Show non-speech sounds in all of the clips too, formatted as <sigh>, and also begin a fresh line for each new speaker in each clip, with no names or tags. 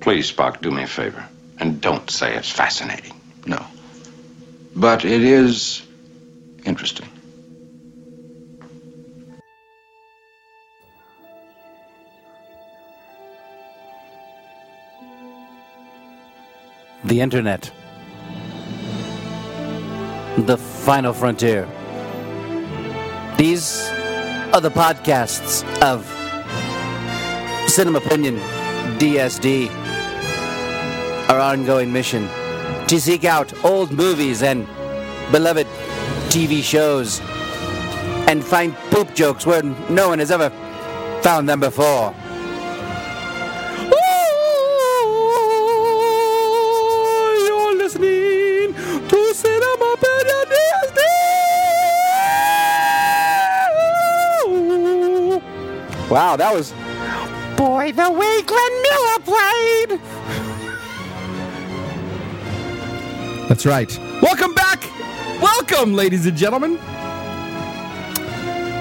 Please, Spock, do me a favor. And don't say it's fascinating.
No. But it is interesting.
The Internet. The Final Frontier. These are the podcasts of Cinema Opinion, DSD, our ongoing mission to seek out old movies and beloved TV shows and find poop jokes where no one has ever found them before. You're listening to Cinema Wow, that was. Boy, the way Glenn Miller played!
That's right. Welcome back. Welcome, ladies and gentlemen,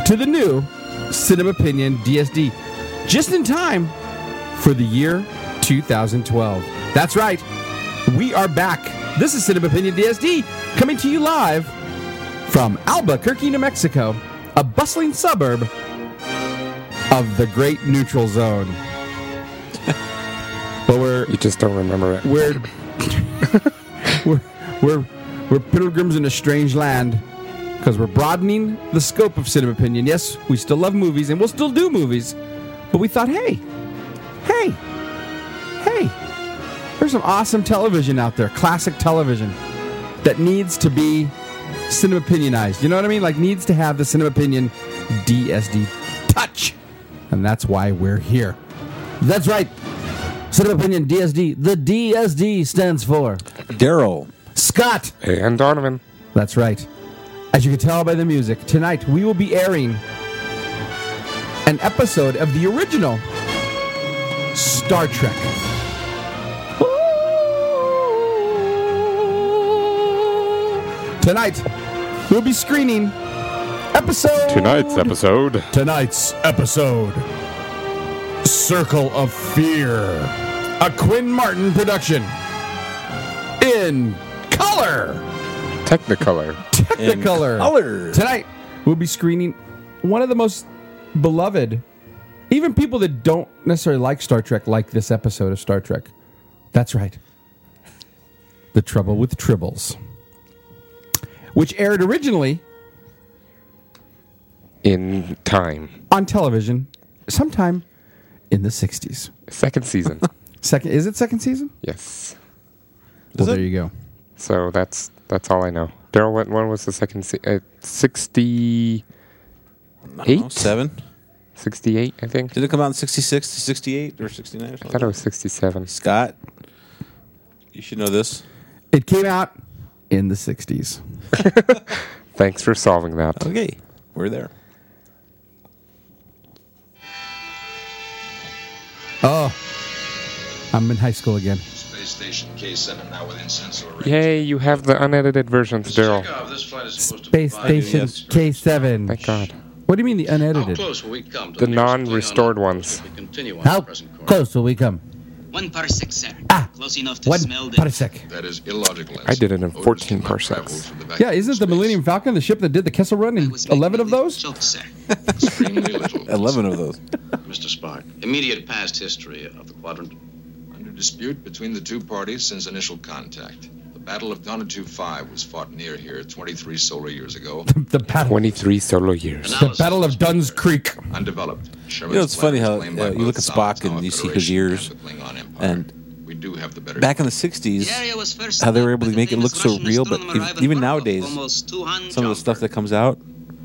to the new Cinema Opinion DSD. Just in time for the year 2012. That's right. We are back. This is Cinema Opinion DSD coming to you live from Albuquerque, New Mexico, a bustling suburb of the great neutral zone. <laughs> but we're
You just don't remember it.
we're we're <laughs> we're we're pilgrims in a strange land because we're broadening the scope of cinema opinion. Yes, we still love movies and we'll still do movies, but we thought, hey, hey, hey, there's some awesome television out there, classic television that needs to be cinema opinionized. You know what I mean? Like needs to have the cinema opinion DSD touch, and that's why we're here.
That's right. Cinema Opinion DSD. The DSD stands for
Daryl
Scott.
and Donovan.
That's right. As you can tell by the music, tonight we will be airing an episode of the original Star Trek. Tonight, we'll be screening episode.
Tonight's episode.
Tonight's episode Circle of Fear, a Quinn Martin production in color.
Technicolor.
Technicolor. Tonight, we'll be screening one of the most beloved, even people that don't necessarily like Star Trek like this episode of Star Trek. That's right. The Trouble with Tribbles, which aired originally
In time.
on television sometime in the 60s.
Second season.
Second, is it second season?
yes.
well, there you go.
So that's that's all I know. Daryl, when, when was the second se- uh, 68?
Eight? Oh, seven?
68, I think.
Did it come out in 66 to 68 or 69 or
I thought it
something?
was 67.
Scott, you should know this.
It came out in the 60s.
Thanks for solving that.
Okay, we're there.
Oh, I'm in high school again.
Space station K7 now within sensor range.
Yay, you have the unedited versions, Daryl.
Takeoff, Oh, this flight is supposed to
Space
provide
Station
units.
K7.
Thank God.
What do you mean the
How
unedited?
close will we come to
The
the nearest
non-restored
Klingon
ones.
ship to continue on
How
the present course?
close will we come?
One parsec, sir.
Ah,
Close enough to
One
smell the
parsec.
That is illogical.
I did it in
Odin cannot
14
travel
parsecs.
from the vacuum
Yeah, isn't
of
it the
space.
Millennium Falcon the ship that did the Kessel Run
I
and
was making
11 of
a little
those?
Joke, sir.
Extremely little.
11 of those.
Mr. Spock, immediate past history of the quadrant.
Under dispute between the two parties since initial contact. The Battle of Donatu 5 was fought near here 23 solar years ago.
The battle,
23 solo years.
the battle of Dunn's Creek.
Undeveloped. Sherman's
You know, it's
plan
funny
was
how,
claimed by
uh, you
both
look at
sides,
Spock and
now
you see his
Federation
ears,
and the Klingon Empire.
and
we do have the better.
Back in the 60s,
The area was first
how they were
mapped
able
by
to
the
make it
famous
look so
Russian
real, but
astronomer
ev-
Ivan
even
Barkov,
nowadays,
almost 200
some of the stuff that
jumper.
comes out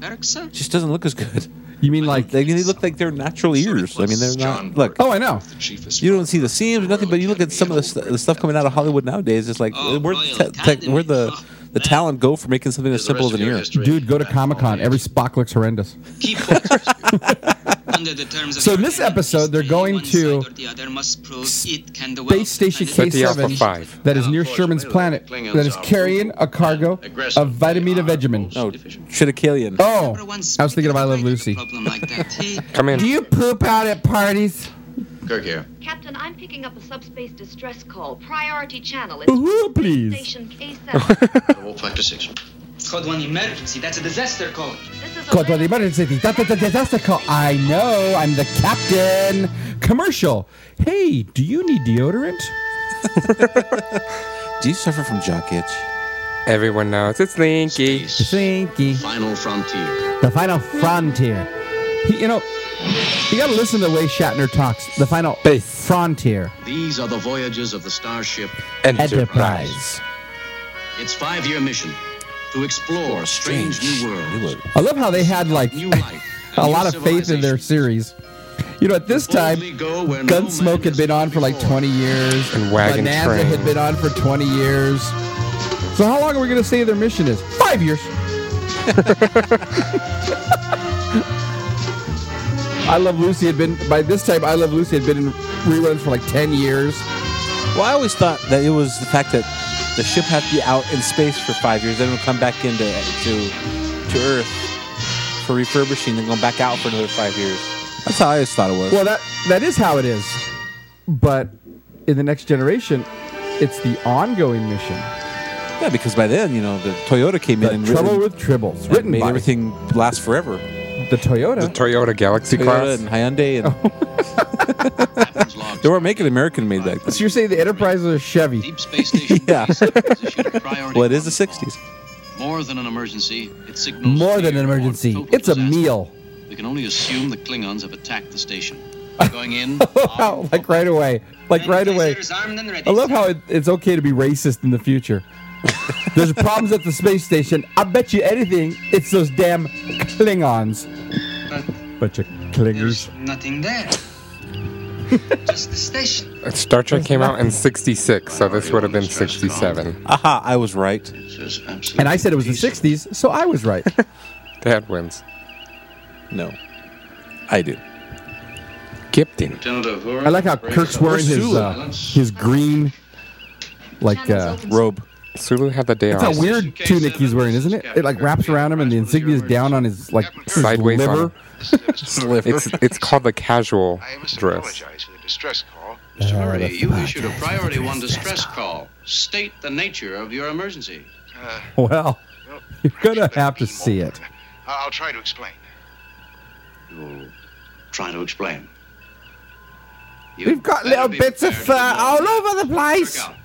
Eric, sir?
just doesn't look as good.
You mean like.
They, they look like they're natural ears. I mean, they're not. Look,
Oh, I know.
the chief of
you don't see the seams, nothing, but you look at some of the, st- the stuff coming out of Hollywood nowadays, it's like,
Oh,
where'd,
Royal
the te- te- where'd the,
Academy.
the talent go for making something as
The
simple
rest
as
of
an
your
ear?
history
Dude, go to
back
Comic Con.
holidays.
Every Spock looks horrendous.
<laughs>
Key points of dispute. Under the terms of
So this
agreement,
episode, they're going
one side
to
or the other must prove it can the
Space Station
wealth of
the Alpha
K7
planet-
five.
that is near Sherman's planet that is carrying a cargo of Vitamina Vegemin.
No, Triticalion.
Oh,
Everyone's
I was thinking of I Love
speaking
Lucy.
about a problem like that. He-
Come in.
Do you poop out at parties?
Kirk <laughs> here.
Captain, I'm picking up a subspace distress call. Priority channel. It's
Woohoo, please.
station K7.
Roll factor six.
Code 1 emergency. That's a disaster code.
<laughs>
this is a
Code one
landmark
emergency. Da- da- da- disaster call. I know. I'm the captain. Commercial. Hey, do you need deodorant?
Do you suffer from jock itch?
Everyone knows it's Linky.
Space.
Slinky.
Final frontier.
The final frontier. He, you know, you gotta listen to the way Shatner talks. The final
Base.
frontier.
These are the voyages of the starship.
Enterprise.
Its five-year mission to explore a strange new world,
I love how they had like
new life,
<laughs> a
new
lot of faith in their
civilization.
series. You know, at this time,
Boldly go where no man
Gunsmoke had
has
been
gone
on for like
before.
20 years.
And Wagon
Bonanza
Train.
had been on for 20 years. So how long are we going to say their mission is? Five
<laughs>
years. I Love Lucy had been by this time. I Love Lucy had been in reruns for like 10 years.
Well, I always thought that it was the fact that the ship had to be out in space for five years, then it would come back into to to Earth for refurbishing, then going back out for another five years. That's how I always thought it was.
Well, that that is how it is. But in the next generation, it's the ongoing mission.
yeah, because by then, you know, the Toyota came
The
in and
Trouble
really,
with Tribbles,
and
written
made
by
everything last forever.
the Toyota.
The Toyota Galaxy
Toyota
class.
and Hyundai, and
Captain's log.
they weren't making American made back then.
so you're saying the Enterprise was a Chevy?
Deep space
<laughs>
station.
Yeah.
base position at priority
Well, it is the
one.
60s.
More than an emergency, it signals
More than
fear
an
or
emergency.
total
It's a
disaster.
<laughs>
meal.
We can only assume the Klingons have attacked the
<laughs>
station. They're Going in,
Oh,
Wow, like right away. Like <laughs> right away.
Lasers armed and ready.
I love how it, it's okay to be racist in the
<laughs>
future. There's problems at the space station. I bet you anything, it's those damn Klingons.
But
Bunch of Klingers.
there's
<laughs>
nothing there. Just the station.
Star Trek came out in 66, so this would have been 67.
Aha, I was right.
This is absolute
And I said it was the
peace.
60s, so I was right.
Dad wins.
No. I do.
Gipton.
Lieutenant Uhura,
I like
<laughs>
how Kirk's wearing his uh, his green, like
channels
uh,
open
Robe.
Sulu had the day
it's
off.
a weird tunic he's wearing, isn't it? It like wraps around him and the insignia is down on his like his
Sideways on
liver.
him. It's it's called the casual
I must
dress.
apologize for the distress call.
Mr. Murray,
that's
you
the
issued a
podcast.
priority one distress call. State the nature of your emergency.
<laughs> Well,
Well,
you're
perhaps
gonna
better
have to
be more
see it.
open. I- I'll try to explain.
You'll try to explain. You'd
We've got
better
little
be
bits of uh,
prepared to
fur all
know.
over the place.
Check out.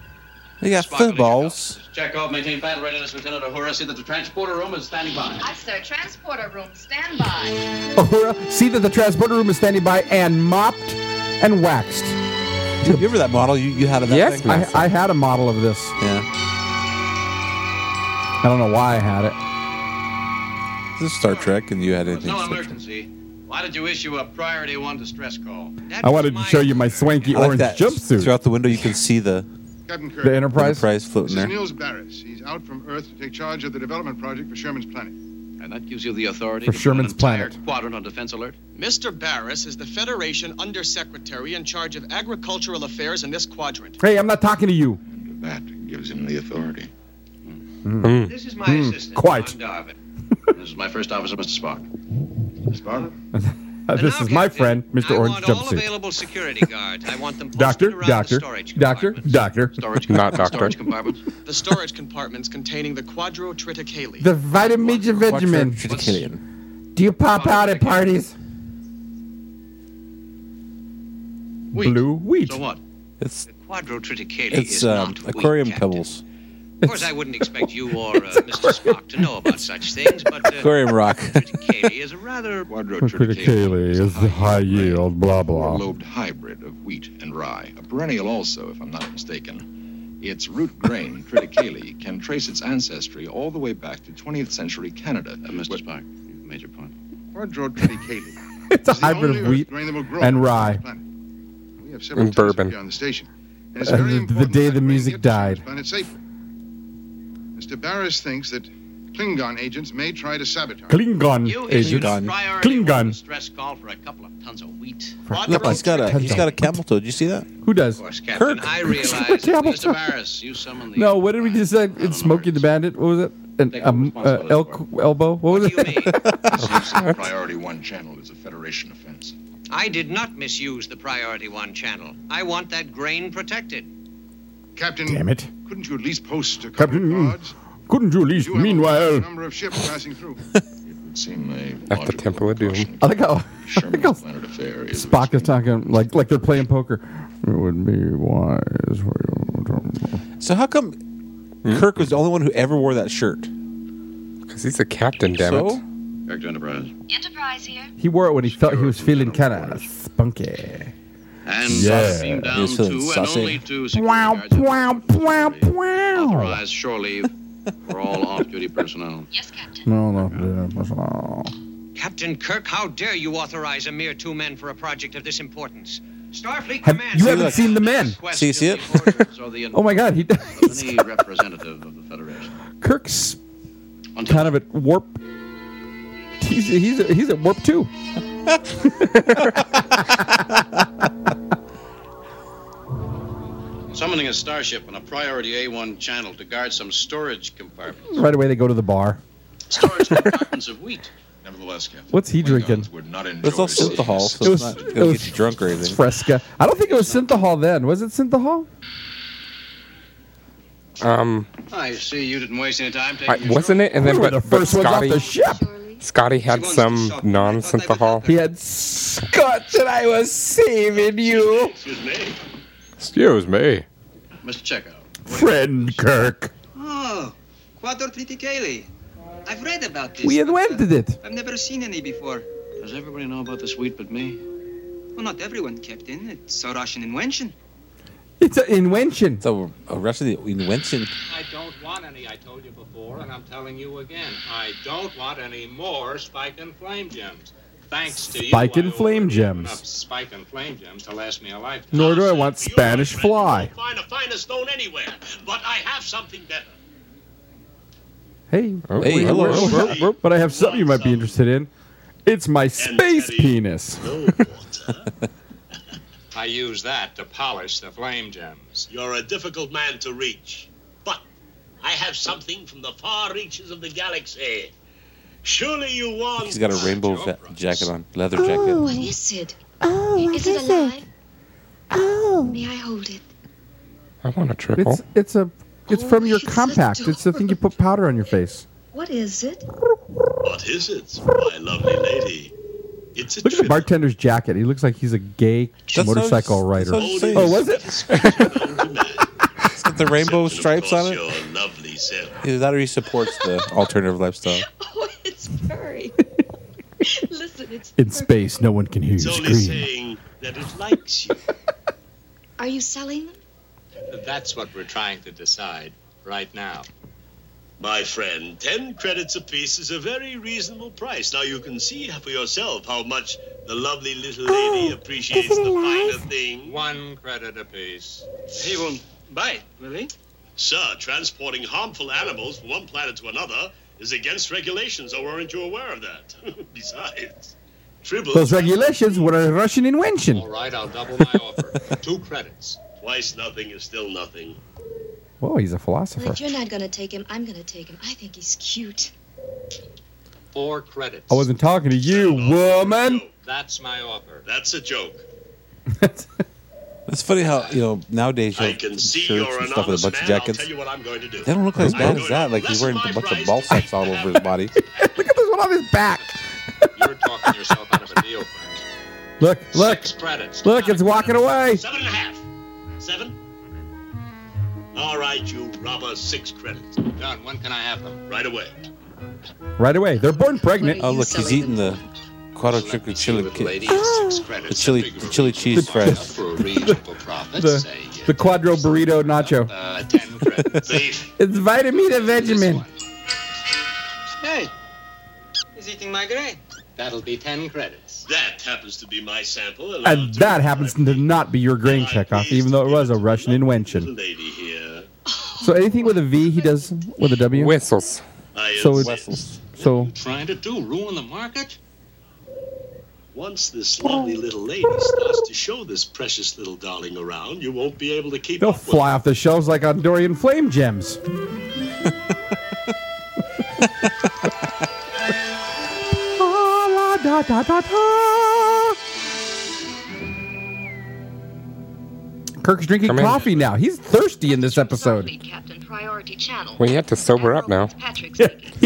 They got
Spot collision
footballs.
out. Chekhov, maintain battle readiness, Lieutenant Uhura. See that the transporter room is standing by.
Aye, sir. Transporter room, stand by.
Uhura, Oh, see that the transporter room is standing by and mopped and waxed.
You remember that model you, you had of that
Yes,
thing?
ma'am.
I, I had a model of this.
Yeah.
I don't know why I had it.
This is Star Trek, and you had anything.
No
special.
emergency. Why did you issue a priority one distress call?
I wanted to show you my swanky
I like
orange
that.
jumpsuit.
Throughout the window, you can see the
Captain Kirk.
the Enterprise.
prize floating
This
there.
is Niels Barris. He's out from Earth to take charge of the development project for Sherman's planet.
And that gives you the authority
For
to put an
Sherman's
entire
planet.
Quadrant on defense alert.
Mr. Barris is the Federation Undersecretary in charge of agricultural affairs in this quadrant.
Hey, I'm not talking to you.
That gives him the authority.
This is my assistant.
Hmm. quite.
John
<laughs>
Darvin. this is my first officer, Mr. Spock.
Spock?
Uh, this is my friend, Mr. Orange Jumpsuit.
available security guards. I want them
Doctor, doctor, doctor, doctor.
Storage
Not doctor.
Storage compartments.
The storage compartments containing the quadrotriticale.
The vitamin major Benjamin.
Quadritricallion.
Do you pop out at parties?
Wheat.
Blue wheat.
So what?
It's
Quadrotriticale
it's
is
uh,
not wheat,
aquarium
Captain.
pebbles,
Of course, I wouldn't expect you or uh, Mr. Spock to know about such things, but uh,
aquarium rock. <laughs>
<laughs> triticale is a
Mm,
rather
blah
Or lobed hybrid of wheat and rye, a perennial also, if I'm not mistaken. Its root
<laughs>
grain, triticale, can trace its ancestry all the way back to 20th century Canada.
Uh, Mr. Spock, you've made your point.
<laughs>
Quadro triticale.
It's a hybrid of wheat. and rye.
We have several
And
types of
bourbon.
beer on the station. And it's
And
very
the- the
important
day
that
the
we
music
get to
died.
Sherman's planet safely. Mr. Barris thinks that Klingon agents may try to sabotage.
You
Klingon
issued
agent.
Klingon.
a priority
Klingon.
one distress call for a couple of tons of wheat.
Look, he's got a he's
Tons
got a
of-
camel toe. Did you see that?
Who does?
Of course, Captain.
Kirk.
I realize,
Damn it.
Mr. Barris, you summoned the.
No, what did we decide?
Not an
It's Smokey the
emergency.
Bandit. What was it? An
Take
um, uh,
responsibility
elk
for
elbow. What was
What do
it?
you mean?
This is the priority one channel is a Federation offense.
I did not misuse the Priority One channel. I want that grain protected.
Captain.
Damn it.
Couldn't you at least post a couple
Captain, couldn't you at least, meanwhile.
number of ships passing
<laughs>
through? it would seem a
At the Temple of Doom.
I
<laughs>
like how, <laughs> I like how Spock is talking like like they're playing poker. It would be wise for you to.
So how come
Hmm?
Kirk was the only one who ever wore that shirt?
Because he's a captain, damn
so?
it.
Back to Enterprise.
Enterprise here.
He wore it when he felt he was feeling kind of spunky.
And
Yeah.
beam down
He's
to
feeling
and
saucy.
only to
Wow, wow, wow, wow.
authorize shore leave for all off-duty <laughs> personnel.
No, no, no.
Captain Kirk, how dare you authorize a mere two men for a project of this importance? Starfleet
Have,
Command.
you haven't seen the men.
See-
see it? <laughs> oh my God, he does.
Any representative of the Federation.
Kirk's kind of at warp. He's he's he's at warp two.
Summoning a starship on a priority A1 channel to guard some storage compartments.
Right away they go to the bar.
<laughs> Storage compartments of wheat.
Nevertheless, Captain.
What's he drinking?
That's all synthahol, so it's not gonna get you drunk or
It's
anything.
Fresca. I don't think it was Synthahol then. Was it Synthahol?
Um,
I see you didn't waste any time
I,
taking your
wasn't it? And then
We were
but,
the
but
first ones off
Scotty,
the ship.
Scotty had some non synthahol.
He had scotch, and I was saving you.
Excuse me,
Excuse me.
Mr. Checo.
Friend Kirk.
Oh, Quattro Triticale. I've read about this.
We invented it.
I've never seen any before.
Does everybody know about this wheat but me?
Well, not everyone, Captain. It's a Russian invention.
It's an invention. It's
a, a uh, rest of the invention.
I don't want any. I told you before, and I'm telling you again. I don't want any more spike and flame gems. Thanks to you,
Spike
I
and flame
already have
gems.
Enough spike and flame gems to last me a lifetime.
Nor do I want Spanish fly.
Find the finest known anywhere, but I have something better.
Hey,
Oh, Hey, hello. hello.
But I have something you might be interested in. It's my space penis.
I use that to polish the flame gems.
You're a difficult man to reach. But I have something from the far reaches of the galaxy. Surely you want.
He's got a rainbow va- jacket on, leather jacket.
What is it? Oh, what is, it alive? Oh. May I hold it?
I want a triple.
It's it's a it's from your compact. It's the thing you put powder on your face.
What is it?
What is it, my lovely lady? It's a
Look at the bartender's jacket. He looks like he's a gay
That's what I was-
motorcycle
that's
rider.
what I was saying.
Oh, was it?
It's got the rainbow stripes on
Your
it.
lovely self.
Either that or he supports <laughs> the alternative lifestyle.
<laughs> Oh, it's <laughs> furry. Listen, it's
In space, no one can hear
It's
you
only
scream.
saying that it likes you.
Are you selling them?
That's what we're trying to decide right now.
My friend, ten credits apiece is a very reasonable price. Now you can see for yourself how much the lovely little
Oh,
lady appreciates the finer thing.
One credit apiece.
He won't bite, will he? Sir, transporting harmful animals from one planet to another is against regulations, or weren't you aware of that? <laughs> Besides, Tribbles
Those regulations were a Russian invention.
All right, I'll double my
<laughs>
offer. Two credits.
Twice nothing is still nothing.
Whoa, he's a philosopher.
If you're not gonna take him, I'm gonna take him. I think he's cute.
Four credits.
I wasn't talking to you,
<laughs>
woman. <laughs>
That's my offer.
That's a joke.
It's funny how you know nowadays you
I
have
can
shirts
see you're
and
an
stuff with
honest
a bunch of
man. I'll
jackets.
tell you what I'm going to do.
They don't look as
I'm
bad
going
as that.
to
Like he's
lessen
wearing a
my
bunch
price
of ball
to
sacks
have
all over his <laughs> body.
Look at this one on his back.
You're talking yourself out of a deal, friend.
Look, <laughs> look,
Six credits.
look. It's walking away.
Seven and a half. Seven? All right, you robber, six credits.
Done. When can I have them?
Right away.
Right away. They're born pregnant.
Oh look, he's eating the quattro triple chili ki-
Ah.
the chili the chili
The,
cheese <laughs> fries.
<laughs> the, the, the quadro burrito nacho.
uh,
<laughs> it's vitamin and Benjamin.
Hey, he's eating my grain.
That'll be ten credits.
That happens to be my sample. And
And that happens to not be your grain checkoff, even though it was a Russian invention.
lady here.
So anything with a V, he does with a W.
Whistles.
So it- So
Trying to do ruin the market?
Once this lovely little lady starts to show this precious little darling around, you won't be able to keep
they'll
up with
fly off the shelves like on Dorian flame gems. <laughs> Kirk's drinking
Come in.
coffee now. He's thirsty in this
<laughs>
episode.
Well, you have to sober up now.
He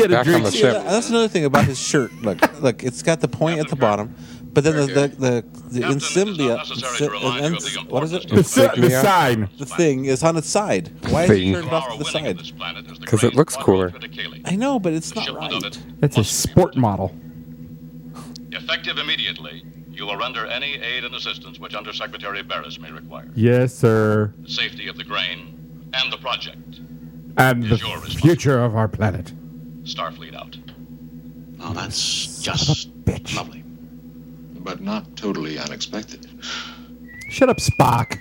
had
Back on the ship.
that's another thing about his shirt. Look, look, it's got the point at the bottom, but then the the the, the insignia, insi- ins- what is it?
The si- the Insignia? sign.
The thing is on its side. Why is
Thing.
it turned off to the side?
Because it looks cooler.
I know, but it's not right.
That's a sport model.
Effective immediately, you will render any aid and assistance which Undersecretary Barris may require.
Yes, sir.
The safety of the grain and the project.
And the future of our planet.
Starfleet out.
Oh, that's just bitch. lovely. But not totally unexpected.
Shut up, Spock.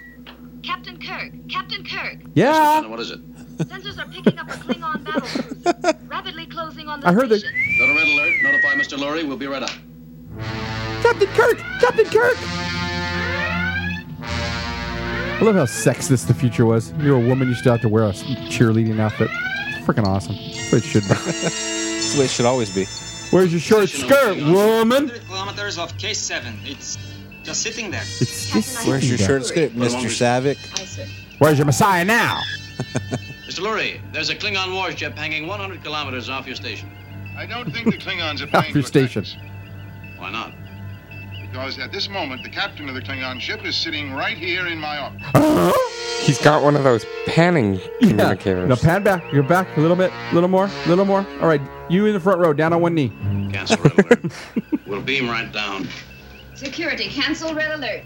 Captain Kirk, Captain Kirk,
Yeah.
What is it?
sensors are picking up a Klingon battle cruiser,
<laughs>
rapidly closing on the
I heard that.
Got a red alert. Notify Mr. Lurie. We'll be right up.
Captain Kirk! Captain Kirk! I love how sexist the future was. You're a woman, you still have to wear a s- cheerleading outfit. Freaking awesome. That's what it
<laughs>
should be.
That's the way it should always be.
Where's your short skirt, woman?
Kilometers of K7. It's just sitting there.
It's just
Where's your shirt skirt,
What
Mr. Savick?
Where's your Messiah now?
Mr. Lurie, there's a Klingon warship hanging 100 kilometers off your station.
I don't think
<laughs>
the Klingons are
Off
planning
your
to attack
station.
Why not?
because at this moment the captain of the Klingon ship is sitting right here in my office.
He's got one of those panning communicators.
Now pan back. You're back a little bit, little more, little more. All right, you in the front row, down on one knee.
Cancel red
<laughs>
alert. We'll beam right down.
Security, cancel red alert.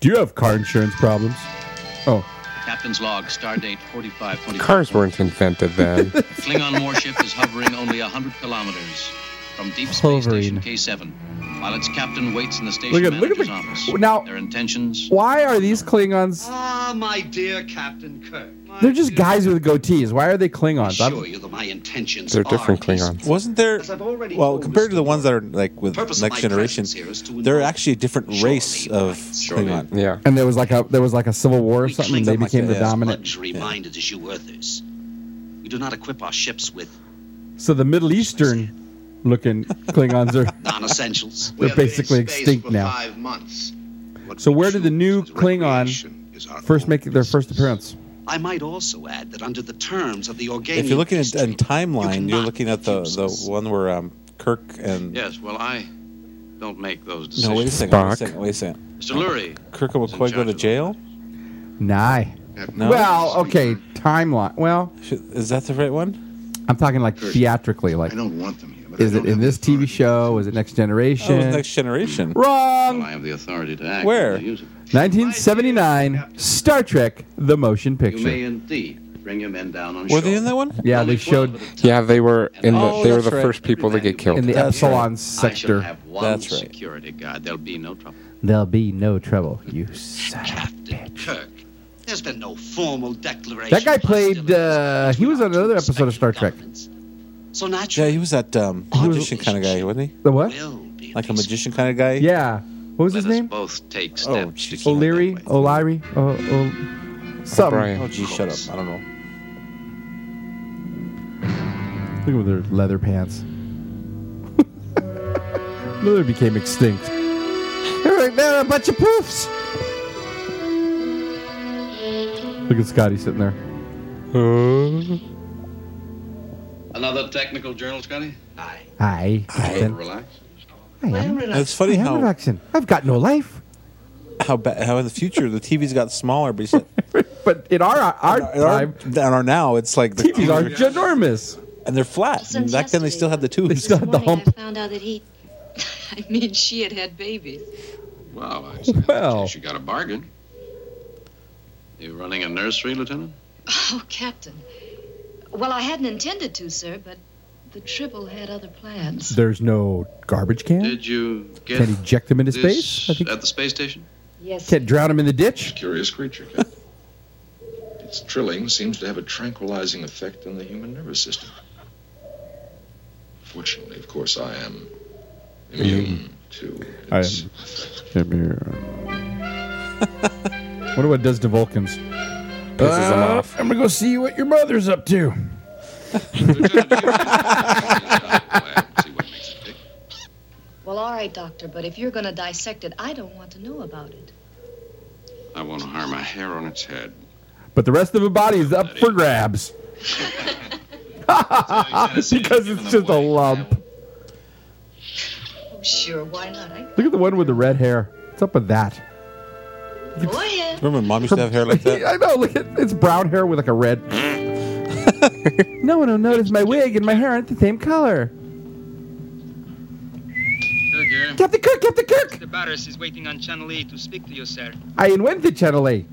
Do you have car insurance problems? Oh,
Captain's log, star date 4545.
Cars weren't invented
<laughs>
then.
Klingon warship is hovering only 100 kilometers from deep space
hovering.
K7, while its captain waits in the station
Look at look at
manager's
the
office.
now.
Their intentions.
Why are these Klingons?
Ah, my dear Captain Kirk.
They're just guys with goatees. Why are they Klingons? I'm-
Sure, you that my intentions
They're
are
different
Oh,
these.
Klingons.
Wasn't there? Well, compared to the ones that are like with
Purpose of
Next
my
Generation,
presence here is to
they're actually a different race of Klingon.
Yeah.
And there was like a there was like a civil war or something. and they
Something like
became
that,
the
yeah.
dominant.
Luxury minded as you Earthers. We do not equip our ships
<laughs>
with
So the Middle Eastern looking Klingons are
non essentials.
they're basically extinct now.
Five months.
So where did the new Klingon first make their first appearance?
I might also add that under the terms of the Organian.
If you're looking at, at timeline, you're looking at the the one where um, Kirk and
Yes, well, I don't make those
no,
decisions.
wait a second, wait a second, wait a second.
Mr. Lurie.
Kirk and McCoy go to jail.
Nah.
No?
Well, okay, timeline. Well,
is that the right one?
I'm talking like theatrically. Like, I
don't want them here.
Is it in this TV show? Is it Next Generation?
Oh, Next Generation.
Wrong.
I have the authority to act.
Where? 1979, Star Trek: The Motion
You may
Picture.
indeed bring your men down on
Were they in that one?
Yeah, they showed
Yeah, they were in the,
Oh,
they were
that's
the
right.
first people to get killed.
in the Epsilon
I shall
sector.
have one
That's right.
security guard. There'll be no trouble.
There'll be no trouble. You son of a bitch.
Kirk, there's been no formal declaration.
That guy played. Uh, he was on another episode of Star Trek.
So natural.
Yeah, he was that um, magician kind of guy, wasn't he?
The what?
Like a magician kind of guy.
Yeah. What was his name?
Both take
Oh,
steps.
jeez.
O'Leary, Oh. O'Leary, o- o- something.
Oh, gee, shut up. I don't know.
Look at their leather pants. <laughs> Miller became extinct. They're, like, they're a bunch of poofs. Look at Scotty sitting there.
Another technical journal, Scotty? Aye.
Hi, Captain.
Relax.
I am.
It's funny
I am
how-
relaxing. I've got no life. <laughs>
How ba- how in the future the TVs got smaller, but,
<laughs>
it's-
but in our our,
in our, in our now it's like the
TVs are ginormous
and they're flat. And back then they still had the tubes. They
still had the hump.
found out that he, <laughs> I mean, she had had babies.
Well,
<laughs>
I
Well,
guess you got a bargain. You running a nursery, Lieutenant?
Oh, Captain. Well, I hadn't intended to, sir, but the triple had other plans.
there's no garbage can.
Did you get
Can eject him into
this
space? I think-
at the space station?
Yes.
Can't drown him in the ditch.
Curious creature, Captain. <laughs> its trilling seems to have a tranquilizing effect on the human nervous system. Fortunately, of course, I am immune to
Mm-hmm. I am.
<laughs>
I'm here. Wonder what it does to Vulcans.
Pisses 'em off.
I'm gonna go see what your mother's up to.
Well, all right.
sorry, Doctor, but if you're going to dissect it, I don't want to know about it.
I want to harm a hair on its head.
But the rest of the body is up
<laughs>
for grabs. <laughs> because it's just a lump.
Oh, sure, why not?
eh?
I...
Look at the one with the red hair. What's up with that?
Oh, yeah.
<laughs> Remember, mom used to have hair like
<laughs>
that.
I know. Look at it's brown hair with like a <laughs> red. no one will notice my wig and my hair aren't the same color.
Sir, Gary.
Captain Kirk, Captain Kirk.
Mr. Barris is waiting on Channel E to speak to you, sir.
I invented Channel A.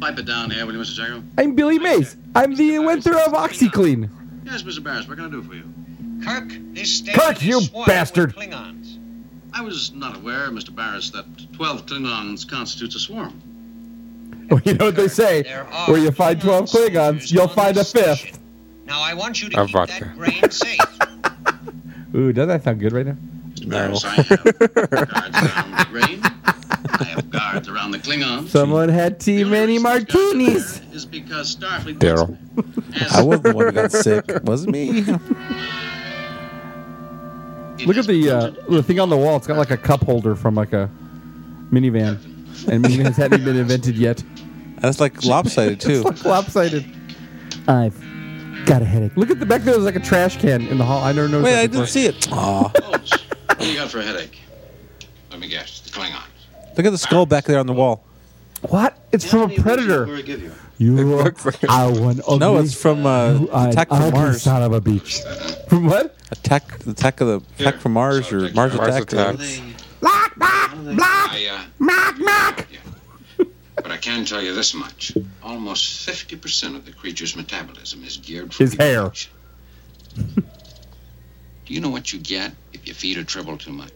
Pipe it down there, will you, Mr. Jago?
I'm Billy Mays. I'm the inventor of OxyClean. <laughs>
Yes, Mr. Barris, what can I do for you?
Kirk, this station
Kirk, you
is swarmed
bastard.
With Klingons.
I was not aware, Mr. Barris, that 12 Klingons constitutes a swarm.
Well, you know what they say: where you find twelve Klingons, you'll find a fifth.
Now I want you to
Of
keep
vodka.
that grain
<laughs>
safe.
Ooh, does that sound good right now?
No. I
<laughs>
have guards around the grain. I have guards around the Klingons.
Someone had too many martinis.
Is because Starfleet.
Daryl.
I was the one who got sick. Wasn't
<laughs>
me.
Look at the uh, the thing on the wall. It's got like a cup holder from like a minivan, and minivans hadn't been invented yet.
That's like lopsided too.
It's like lopsided. I've got a headache. Look at the back there. There's like a trash can in the hall. I never noticed.
Wait,
that
I
before.
didn't see it. Aw.
What do you got for a headache? Let me guess. The Klingon.
Look at the skull back there on the wall.
What? It's from a predator. You
<laughs>
are one ugly.
No, it's from uh,
you are
Attack
an
from
ugly
Mars.
Son of a beach. <laughs> From what?
Attack, attack of the attack from Mars or Mars,
Mars uh,
attack.
Attacks.
Black, black, black,
I,
black, black.
uh, but I can tell you this much: almost fifty percent of the creature's metabolism is geared for
His hair.
<laughs> Do you know what you get if you feed a tribble too much?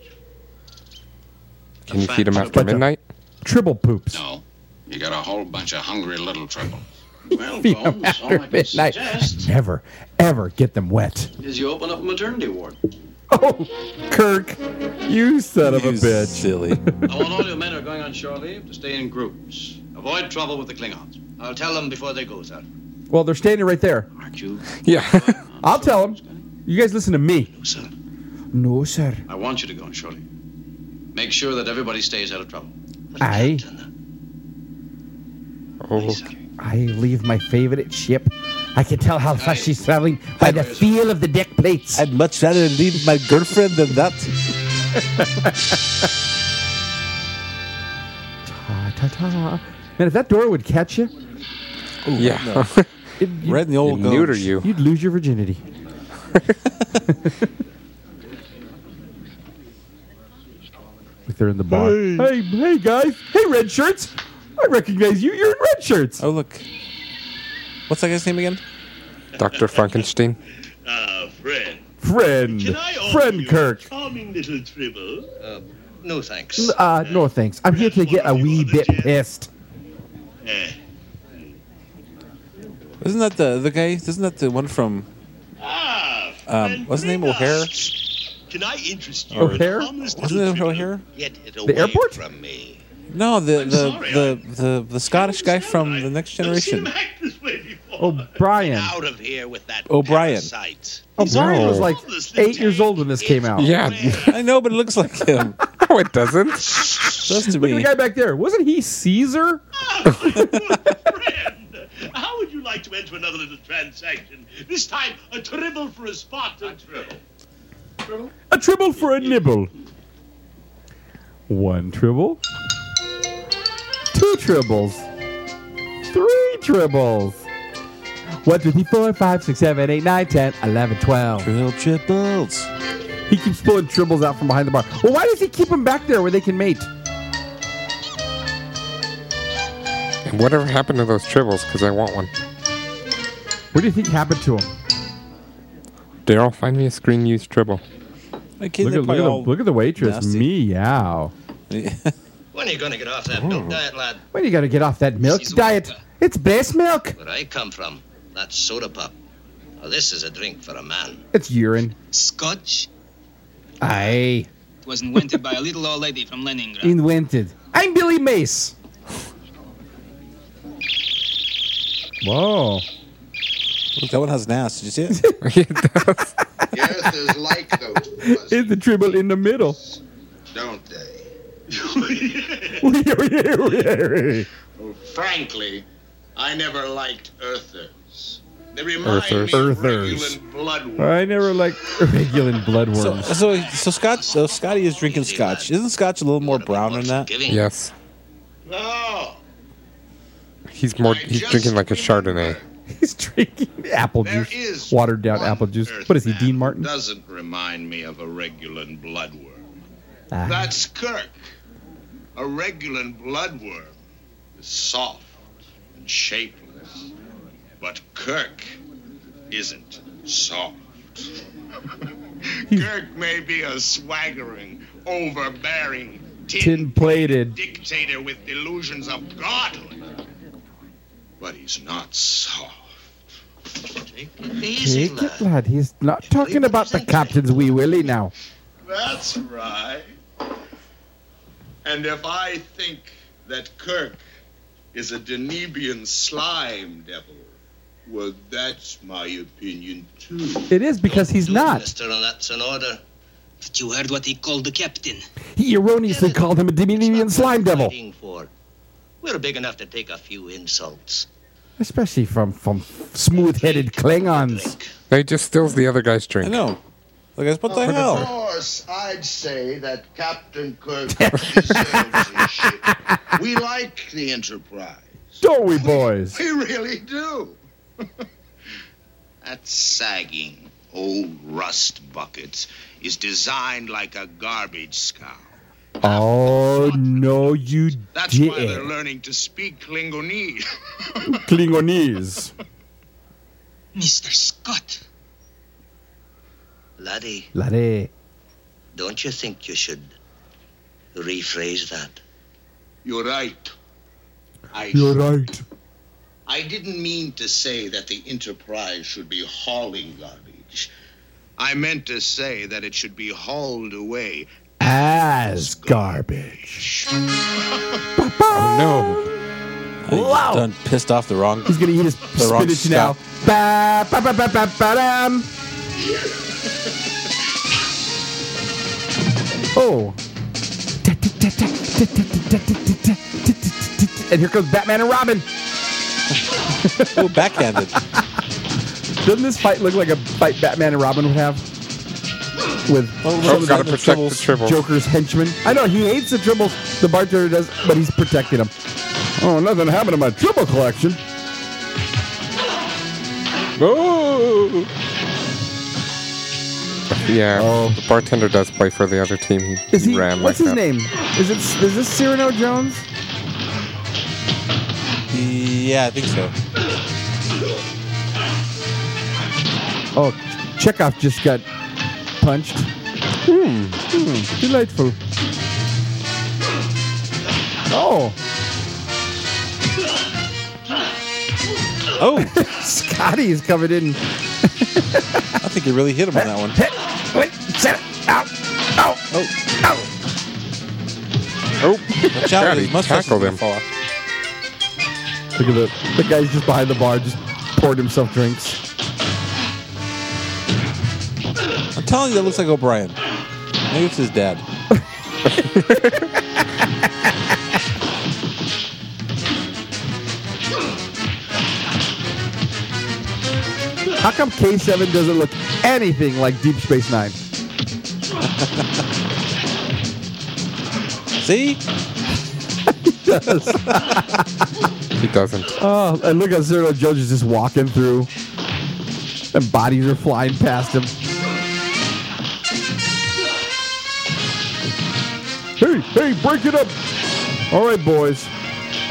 Can you feed him after
Bunch of
midnight?
Tribble poops.
No. You got a whole bunch of hungry little tribbles.
Feed
Well,
'em
Bones, all
<laughs> after
I can
midnight.
suggest
Never, ever get them wet. <laughs>
is you open up a maternity ward.
Oh, Kirk, you son of a bitch.
Silly.
I want all you men who are going on shore leave to stay in groups. Avoid trouble with the Klingons. I'll tell them before they go, sir.
Well, they're standing right there.
Aren't you?
Yeah.
uh,
<laughs>
I'll tell them. You guys listen to me. No,
sir.
No, sir.
I want you to go on shore leave. Make sure that everybody stays out of trouble.
I.
Oh,
I leave my favorite ship. I can tell how fast she's traveling by the feel of the deck plates.
I'd much rather leave my girlfriend than that.
Ta ta ta. Man, if that door would catch you,
yeah.
no. it,
Right in the old
It'd neuter you.
would lose your virginity. like they're in the bar. Hey. hey, guys. Hey, red shirts. I recognize you. You're in red shirts.
Oh, look. What's that guy's name again?
Dr. Frankenstein.
Ah, friend.
Friend.
Can I offer
Mm. Friend
you
Kirk.
a charming little tribble? Um, no thanks.
N- Uh, no thanks. I'm here to get a wee bit pissed.
Eh.
Isn't that the the guy? Isn't that the one from? Um, what's his name? O'Hare.
Can I interest you? in a
O'Hare.
harmless
Wasn't
little
it
tribble?
O'Hare?
Get it
The airport?
From me.
No, the the,
sorry,
the, the the Scottish guy from the Next Generation.
Oh, O'Brien.
Out of here with that.
O'Brien.
O'Brien Oh, was like eight years old when this came out.
Yeah, I know, but it looks like him.
<laughs> no, it doesn't.
does to
Look at
me.
the guy back there. Wasn't he Caesar?
How would you like to enter another little transaction? This time, a tribble for a spot. A tribble.
A tribble for a nibble. One tribble. Two tribbles. Three tribbles. One, two, three, four, five, six, seven, eight, nine, ten, eleven, twelve.
Trill triples.
He keeps pulling tribbles out from behind the bar. Well, why does he keep them back there where they can mate?
And whatever happened to those tribbles? Because I want one.
What do you think happened to him?
Daryl, find me a screen used tribble.
Look
at, look, at the, look
<laughs>
at the waitress.
nasty.
Meow.
When are you going to get off
Oh.
that milk diet, lad?
When you gotta get off that milk
Caesar
diet? It's breast milk.
Where I come from, that's soda pop. Now, this is a drink for a man.
It's urine.
Scotch?
Aye.
It was invented by a little old lady from Leningrad.
Invented. I'm Billy Mace. Whoa. <laughs>
Look, that one has an ass. Did you see it?
yes, there's like those
Is the tribble in the <laughs> middle?
don't they? <laughs> Well, frankly, I never liked Earthers. They remind me of
Earthers.
regular blood.
I never like regular
So,
bloodworms.
so, so Scotch. So Scotty is drinking Scotch. Isn't Scotch a little more brown than that?
Yes.
No.
He's more. He's drinking like a Chardonnay.
<laughs> He's drinking apple juice, watered down apple juice. What is he, Dean Martin?
Doesn't remind me of a regular bloodworm.
Ah,
That's Kirk. A regular bloodworm is soft and shapeless, but Kirk isn't soft. Kirk may be a swaggering, overbearing,
Tin plated.
dictator with delusions of godhood, but he's not soft.
Take it, lad. He's not talking about the captain's wee willy now.
That's right. And if I think that Kirk is a Danebian slime devil, well, that's my opinion, too.
It is because he's not.
Mr. That's an order. But you heard what he called the captain.
He erroneously called him a Dominion slime devil,
Fighting for. Oh. We're big enough to take a few insults.
especially from from smooth-headed Klingons.
They just steals the other guy's drink. I
know. Like, that's what
Oh,
of course, I'd say that Captain
<laughs>
Kirk deserves his ship. We like the Enterprise.
Don't we, boys?
<laughs> We really
<laughs>
do. that sagging old rust bucket is designed like a garbage scow.
Oh no, you
That's why they're
didn't.
learning to speak
<laughs>
Klingonese.
Klingonese.
Mr. Scott. Laddie,
Laddie.
don't you think you should rephrase that?
You're right. I,
right.
I didn't mean to say that the Enterprise should be hauling garbage. I meant to say that it should be hauled away.
As garbage. Oh
no! Wow! Done pissed off the wrong.
He's gonna eat his
the wrong
spinach now.
stuff.
Ba ba ba ba ba ba
<laughs>
dam. Oh. And here comes Batman and Robin.
oh, <laughs> backhanded.
Doesn't this fight look like a fight Batman and Robin would have? With
Oh,
some
gotta
of
protect the Tribbles.
Joker's henchmen. I know he hates the tribbles. The bartender does, but he's protecting them. Oh, nothing happened to my tribble collection. Oh.
Yeah. The bartender does play for the other team. He,
Is
he
he?
ran
What's
like that.
his name? Is it? Is this Cyrano Jones?
Yeah, I think so.
Oh, Chekhov just got punched. Hmm. hmm, Delightful. Oh.
Oh.
<laughs> Scotty is covered in.
I think he really hit him on that one.
Wait, set it. Ow. Ow. Oh. Ow.
Oh.
Watch out, his mustache is
tackled
gonna
him.
fall off.
Look at that. The guy's just behind the bar, just poured himself drinks.
I'm telling you, that looks like O'Brien. Maybe it's his dad.
How come K7 doesn't look anything like Deep Space Nine?
See?
He does.
He doesn't.
oh, and look at Zero Judge is just walking through, and bodies are flying past him. Hey, hey, break it up! All right, boys.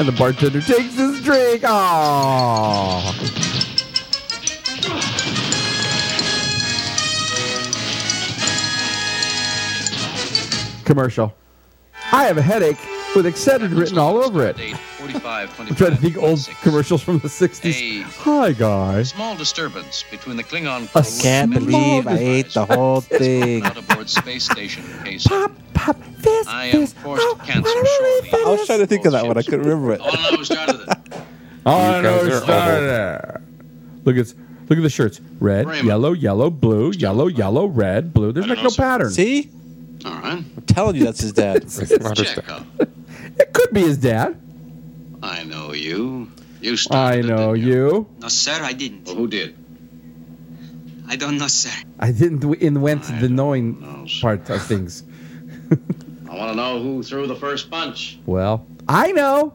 And the bartender takes his drink. Aww. Commercial. I have a headache with excited written all over it.
45,
I'm trying to think old commercials from the 60s. Hi, guys.
Small disturbance between the Klingon
I
crew
can't
and the
believe I
ate the whole thing.
Out aboard space station
<laughs>
case. Pop,
pop, this,
I am forced to cancel shortly.
I was trying to think of that one. I couldn't remember it.
All I know is started it.
Oh,
guys are
Look, it's Look at the shirts: red, yellow, yellow, blue, yellow, yellow, red, blue. There's like no pattern. <laughs>
See?
All right.
I'm telling you, that's his dad.
It could be his dad.
I know you. You
I know you.
No, sir, I didn't. Well, who did? I don't know, sir.
I didn't w- invent the knowing part of things.
I want to know who threw the first punch.
Well, I know.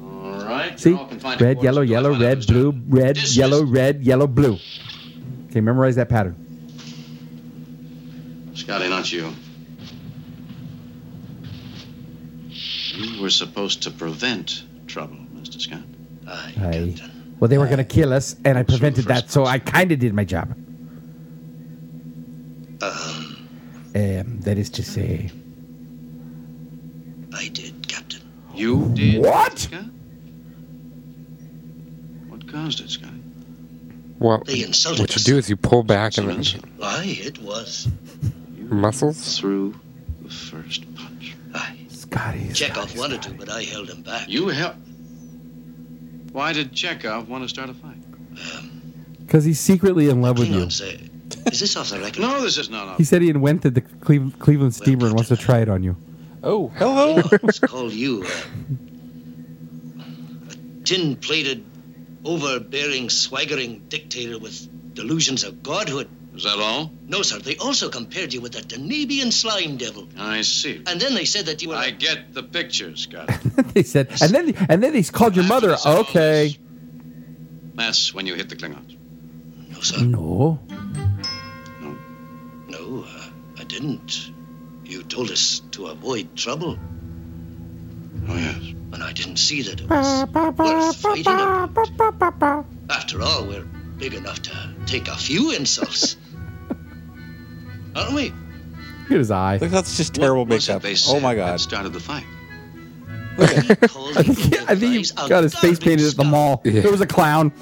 All right.
See,
you all can find
red,
divorce
yellow,
until I
yellow,
find out
red,
who's
blue, red, yellow, red, yellow, blue. Okay, memorize that pattern.
Scott. Scotty, not you.
You were supposed to prevent trouble, Mr. Scott.
I, well, they were going to kill us, and I prevented that, so I kind of did my job. Um, that is to say,
You did?
What?
Scott? What caused it, Scott?
Well,
They insulted
what you
us.
do is you pull back and then
I, it was.
muscles
through the first punch.
Scotty.
Chekhov wanted to, but I held him back.
You helped. Why did Chekhov want to start a fight?
because he's secretly in love with you.
Is this off the record?
No, this is not.
He said he invented the Cleve- Cleveland steamer and wants to try it on you.
Oh,
<laughs>
hello.
It's called you. Uh, a tin plated, overbearing, swaggering dictator with delusions of godhood.
Is that all?
No, sir. They also compared you with a Danubian slime devil.
I see.
And then they said that you were. I
get the picture, Scott.
<laughs> they said, and then and then they called your mother. Okay.
That's when you hit the Klingons.
No.
No, uh, I didn't. You told us to avoid trouble.
Oh, yes.
And I didn't see that it was worth fighting over.
Wait
After all, we're big enough to take a few
<laughs>
insults. Aren't we?
Look at his eye.
<laughs> Look, that's just terrible makeup. Oh my god.
Started the fight.
<laughs> I think, I think he got his face painted at the mall.
Yeah.
There was a clown.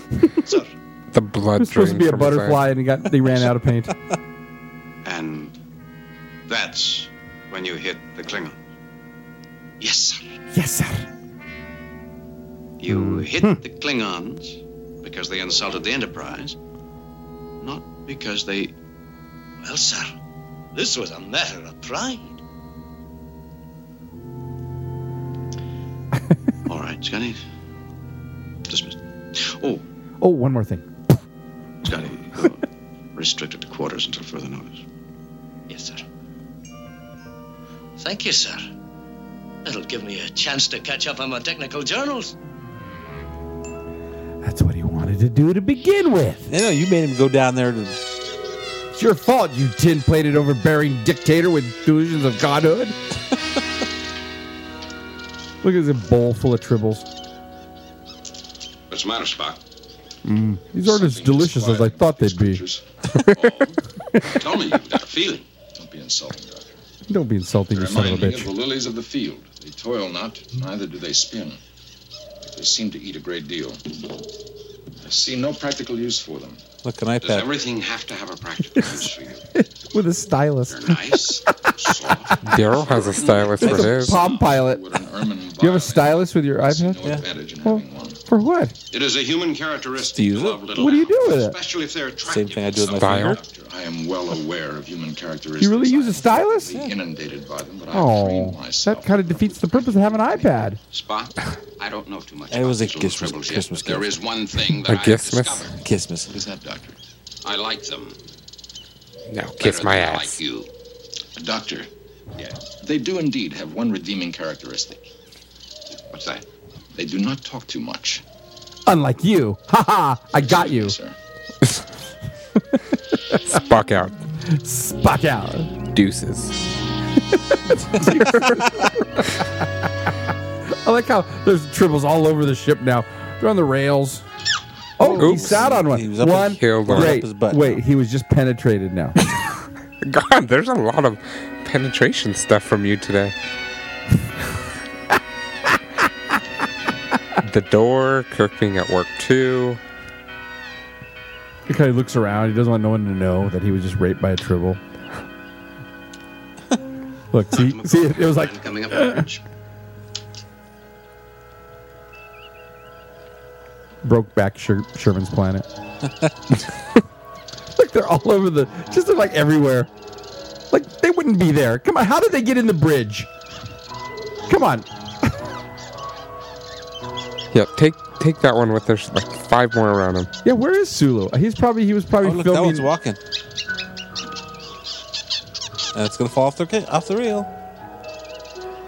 the blood.
It was supposed
drained
to be a
from his eye.
butterfly, and he got they ran out of paint.
And that's when you hit the Klingon. Yes, sir.
Yes, sir.
Hmm.
You hit the Klingons because they insulted the Enterprise, not because they.
Well, sir, this was a matter
<laughs>
of pride.
All right, Scotty. Dismissed. Oh,
Oh, one more thing.
Scotty, <laughs> you're restricted to quarters until further notice.
Yes, sir. Thank you, sir. That'll give me a chance to catch up on my technical journals.
That's what he wanted to do to begin with.
No, you made him go down there. To...
It's your fault, you tin-plated, overbearing dictator with delusions of godhood. <laughs> Look at this bowl full of tribbles.
What's the matter, Spock?
Mm. These aren't as delicious as I thought they'd be.
Tony, Oh. you've got a feeling. Don't be insulting, Doctor.
Don't be insulting, you son
Remind
of a
me of the
bitch.
lilies of the field. They toil not, neither do they spin. But they seem to eat a great deal. I see no practical use for them.
Look, an
Does
iPad.
everything have to have a practical use for you?
With a stylus.
Nice.
<laughs>
Daryl has a stylus for
That's
his.
a palm pilot. Do you have a stylus with your iPad? Well, for what?
It is a human characteristic.
to use it.
What do you do with it?
Especially if they're
Same
attracted.
thing I do with my
Style.
finger.
I am well aware of human characteristics.
You really use a stylus?
Inundated by them, but I
Oh, that kind of defeats the purpose of having an iPad.
Spock, I don't know too much.
It was a Christmas, Christmas
There
gift.
is one thing
A
that I,
Gissmas?
Christmas.
What is that, Doctor?
I like them.
No, kiss my ass.
You.
Doctor. Yeah. They do indeed have one redeeming characteristic.
What's that?
They do not talk too much.
Unlike you. Haha, I got you.
Spock out.
Spock out.
Deuces.
I like how there's tribbles all over the ship now. They're on the rails. Oh, he
Oops.
sat on one.
He was up
one.
his- Killed one.
Great.
Up his butt.
Wait, he was just penetrated now.
God, there's a lot of penetration stuff from you today. <laughs> the door, Kirk being at work too.
he kind of looks around. He doesn't want no one to know that he was just raped by
<laughs>
a tribble. Look, see, see, it was like
coming up on the bridge.
broke back Sher- Sherman's planet. <laughs> like they're all over the, just they're like everywhere. Like they wouldn't be there. Come on, how did they get in the bridge? Come on.
Yeah, take take that one with there's like five more around him.
Yeah, where is Sulu? He's probably he was probably
Oh, look, that
filming.
one's walking. And it's gonna fall off the ca- off the reel.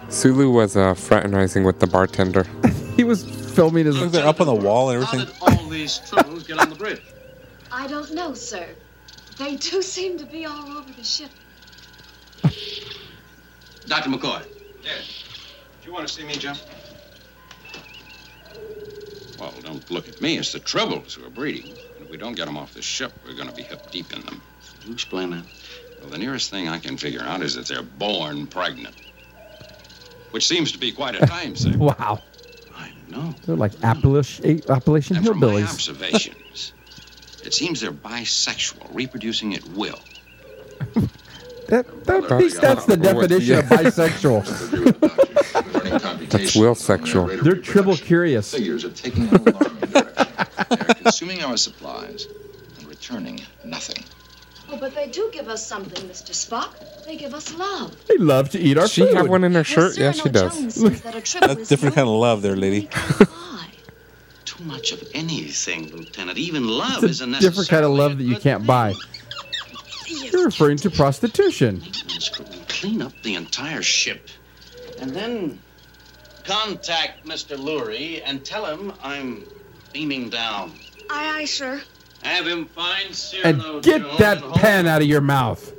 Sulu was uh, fraternizing with the bartender.
he was filming his.
Look, <laughs> they're up on the wall and everything.
all these tribbles get on the bridge? I don't know, sir. They do seem to be all over the ship.
Dr. McCoy. Yes. Do you want to see me, Jim?
Well, don't look at me. It's the troubles who are breeding. And if we don't get them off the ship, we're going to be hip deep in them. Can you explain that? Well, the nearest thing I can figure out is that they're born pregnant, which seems to be
<laughs>
quite a time saver.
wow.
I know.
They're like Appalachian, Appalachian
And from my
hillbillies.
observations, it seems they're bisexual, reproducing at will.
That, that,
Well,
thinks that's the
yeah.
definition of
Yeah.
bisexual.
That's will sexual.
They're triple curious.
Figures are taking an alarming direction. They're consuming our supplies and returning nothing.
Oh, but they do give us something, Mr. Spock. They give us love.
They love to eat our
she
food.
have one in her shirt? Yeah, she
Jones
does.
says that a triple is
different kind of love there, lady.
Too much of anything, Lieutenant. Even love
It's
is
a
a
different kind of love that you can't buy. You're referring to prostitution.
Clean up the entire ship. And then contact Mr. Lurie and tell him I'm beaming down.
Aye, aye, sir.
Have him find
And
Cyrano
get
Jones
that
and
pen out of your mouth.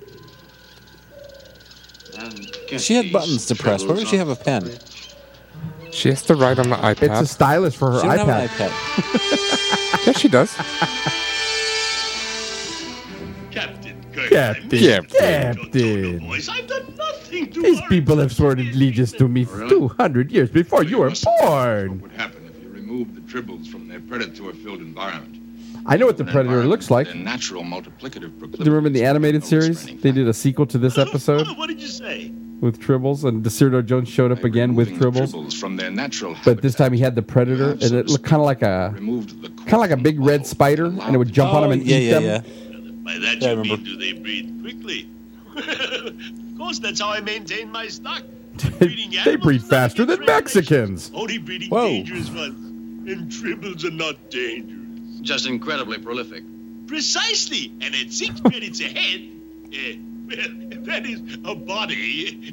She had buttons to press. Where would she have a pen?
She has to write on the iPad.
It's a stylus for her
She don't have an
iPad.
yeah, she does.
Captain, Captain.
Boys, I've done nothing to
These people have sworn allegiance to me 200 years before you were born.
You remove the tribbles from their predator-filled environment.
I know what the predator looks like.
Their natural multiplicative proclivity.
Do you remember in the animated series? They did a sequel to this episode
What did you say?
with Tribbles, and Desirdo Jones showed up again with Tribbles.
Tribbles from their natural
But this time he had the predator, and it looked kind of like a kind of like a big red spider, and it would jump on him and
Oh, yeah,
eat
yeah,
them.
yeah.
By that
Yeah, I
you mean,
remember.
do they breed quickly? <laughs> of course, that's how I maintain my stock. But
<laughs>
breeding
They
animals
breed faster than Mexicans.
Only breeding
Whoa.
dangerous ones. And tribbles are not dangerous.
Just incredibly prolific.
Precisely. And at six minutes ahead, eh, well, that is a body.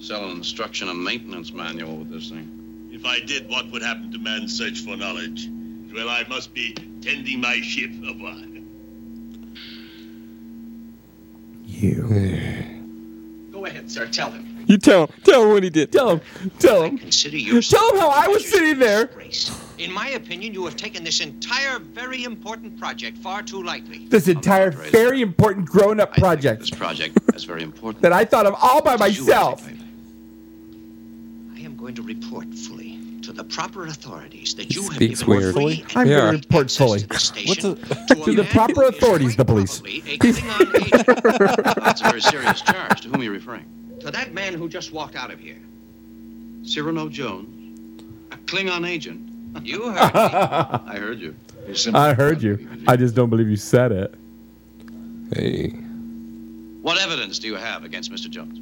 Sell an instruction and maintenance manual with this thing.
If I did, what would happen to man's search for knowledge? Well, I must be tending my ship a while.
You.
Go ahead, sir. Tell him.
You tell him. Tell him what he did. Tell him. Tell him.
Consider yourself
Tell him how I was sitting there.
In my opinion, you have taken this entire very important project far too lightly.
This entire very important grown-up project <laughs>
project is very important.
that I thought of all by myself.
I am going to report fully to the proper authorities that you have
Speaks
given me
weird.
free
I'm
and
going to report fully.
What's
to <laughs> the proper authorities, the police. <laughs>
That's a very serious charge. To whom are you referring?
to that man who just walked out of here.
Cyrano Jones, a Klingon agent.
You heard
<laughs>
I heard you.
I heard you. I just don't believe you said it.
Hey.
What evidence do you have against Mr. Jones?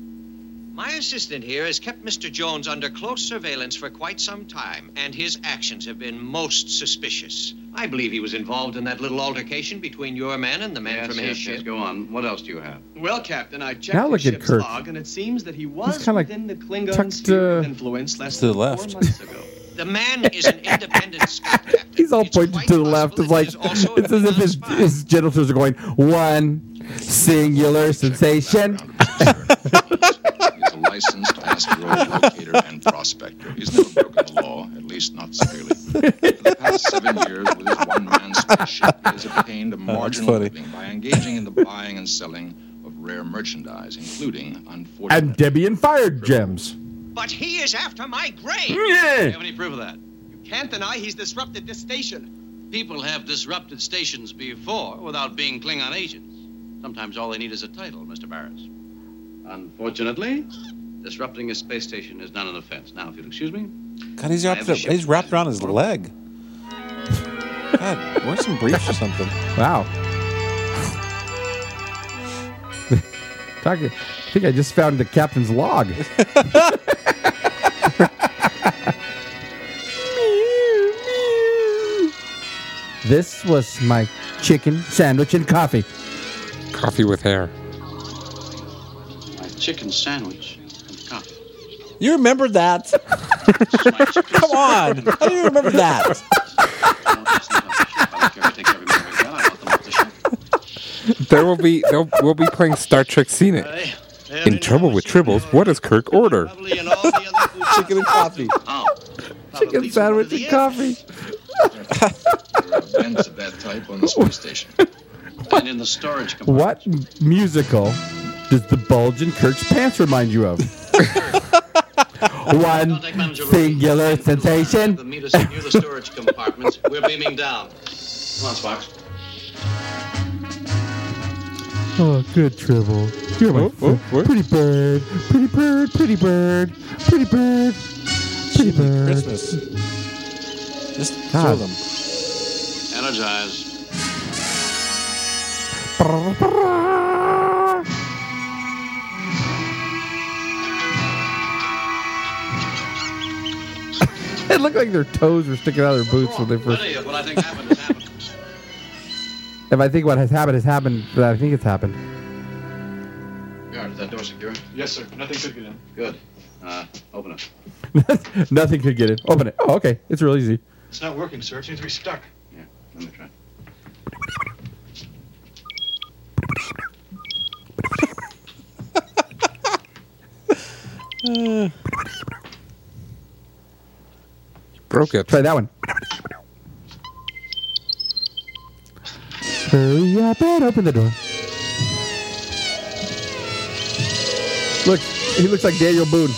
My assistant here has kept Mr. Jones under close surveillance for quite some time, and his actions have been most suspicious. I believe he was involved in that little altercation between your man and the man
Yes,
from his
yes,
ship.
yes, go on. What else do you have?
Well, Captain, I checked
Now
the
look at
ship's
Kirk.
log, and it seems that he was
kinda like
within the Klingon
tucked,
sphere of
uh,
influence less
to the
than four
left.
months ago.
The man is an
<laughs>
independent scout.
He's all pointed to the left. It's like it's as if his, his genitals are going one singular sensation.
He's a licensed asteroid locator and prospector. He's never broken the law, at least not severely. For the past seven years, with his one-man spaceship, he has obtained a marginal
funny.
living by engaging in the buying and selling of rare merchandise, including unfortunate.
And Debian fired gems.
But he is after my grave.
Yeah. Do you have
any proof of that?
You can't deny he's disrupted this station.
People have disrupted stations before without being Klingon agents. Sometimes all they need is a title, Mr. Barris. Unfortunately, disrupting a space station is not an offense. Now, if you'll excuse me,
God, he's wrapped, up, he's wrapped around his leg. God, wear some briefs or something.
Wow. Talk, I think I just found the captain's <laughs> log. this was my chicken sandwich and coffee.
Coffee with hair.
My chicken sandwich and
<laughs>
coffee.
You remember that? Come <laughs> on. How do you remember that?
There will be they'll- we'll be playing Star Trek Scenic. In trouble with tribbles, what does Kirk order?
<laughs>
Chicken and coffee.
Oh,
Chicken sandwich and coffee.
Vents of that type on the space station.
And in the storage
What m- musical does the bulge in Kirk's pants remind you of? One singular
The
sensation.
meet us near the storage compartments. We're beaming down. Come on, Spock.
Oh, good Tribble. You're my
Oh, oh,
fr-
what?
pretty bird, pretty bird, pretty bird, pretty bird, pretty bird.
Christmas. Just
God.
throw them.
Energize.
It looked like their toes were sticking out of their boots when they first.
Plenty of what I think happened has happened.
If I think what has happened has happened, but I think it's happened. <laughs>
Guard, is that door secure? Yes, sir. Nothing could get in. Good. Uh, open it.
Nothing could get it. Open it. Oh, okay. It's real easy.
It's not working, sir. It seems to be stuck. Yeah, let me try.
Uh,
Broke it.
Try that one. Hurry up and Oh, open the door. Look, he looks like Daniel Boone. <laughs>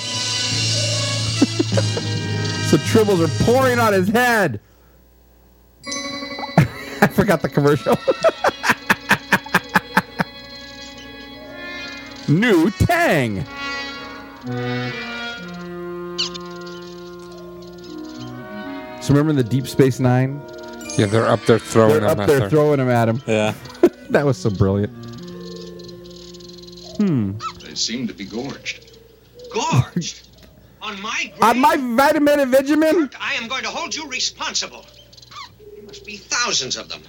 so tribbles are pouring on his head. <laughs> I forgot the commercial. <laughs> New Tang. So remember in the Deep Space Nine?
Yeah, they're up there throwing
They're
them
up there
at
throwing them at him.
Yeah.
that was so brilliant. Hmm.
They seem to be gorged.
<laughs>
Gorged. On my grave,
On my vitamin and Benjamin?
I am going to hold you responsible. There must be thousands of them.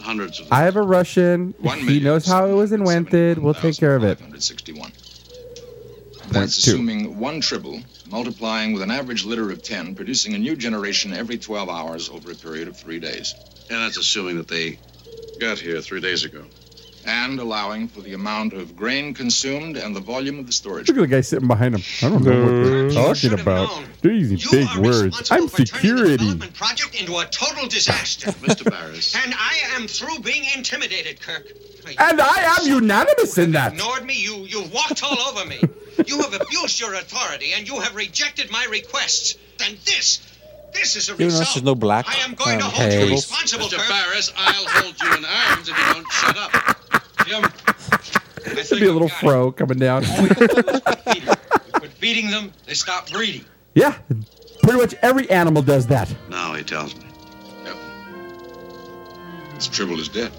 Hundreds of
I have a Russian. he knows how it was invented. We'll take care of it.
161. That's
two.
assuming one tribble, multiplying with an average litter of 10, producing a new generation every 12 hours over a period of three days.
And that's assuming that they got here three days ago.
And allowing for the amount of grain consumed and the volume of the storage.
Look at the guy sitting behind him. I don't know what you're talking about. They're using big words. I'm security.
Project into a total disaster.
<laughs>
Mr. <laughs> Barris.
And I am through being intimidated, Kirk.
And I am unanimous in that.
ignored me. You you walked all over
<laughs>
me. You have abused your authority and you have rejected my requests. And this, this is a
Even though there's
result.
no black
I am going to
um,
hold you
tables.
responsible,
Mr.
Kirk. <laughs>
Barris, I'll hold you in arms if you don't shut up. Jim,
This would be a little fro coming down.
quit feeding
<laughs>
them, they stop breeding.
yeah, pretty much every animal does that.
Now he tells me.
This tribble is dead.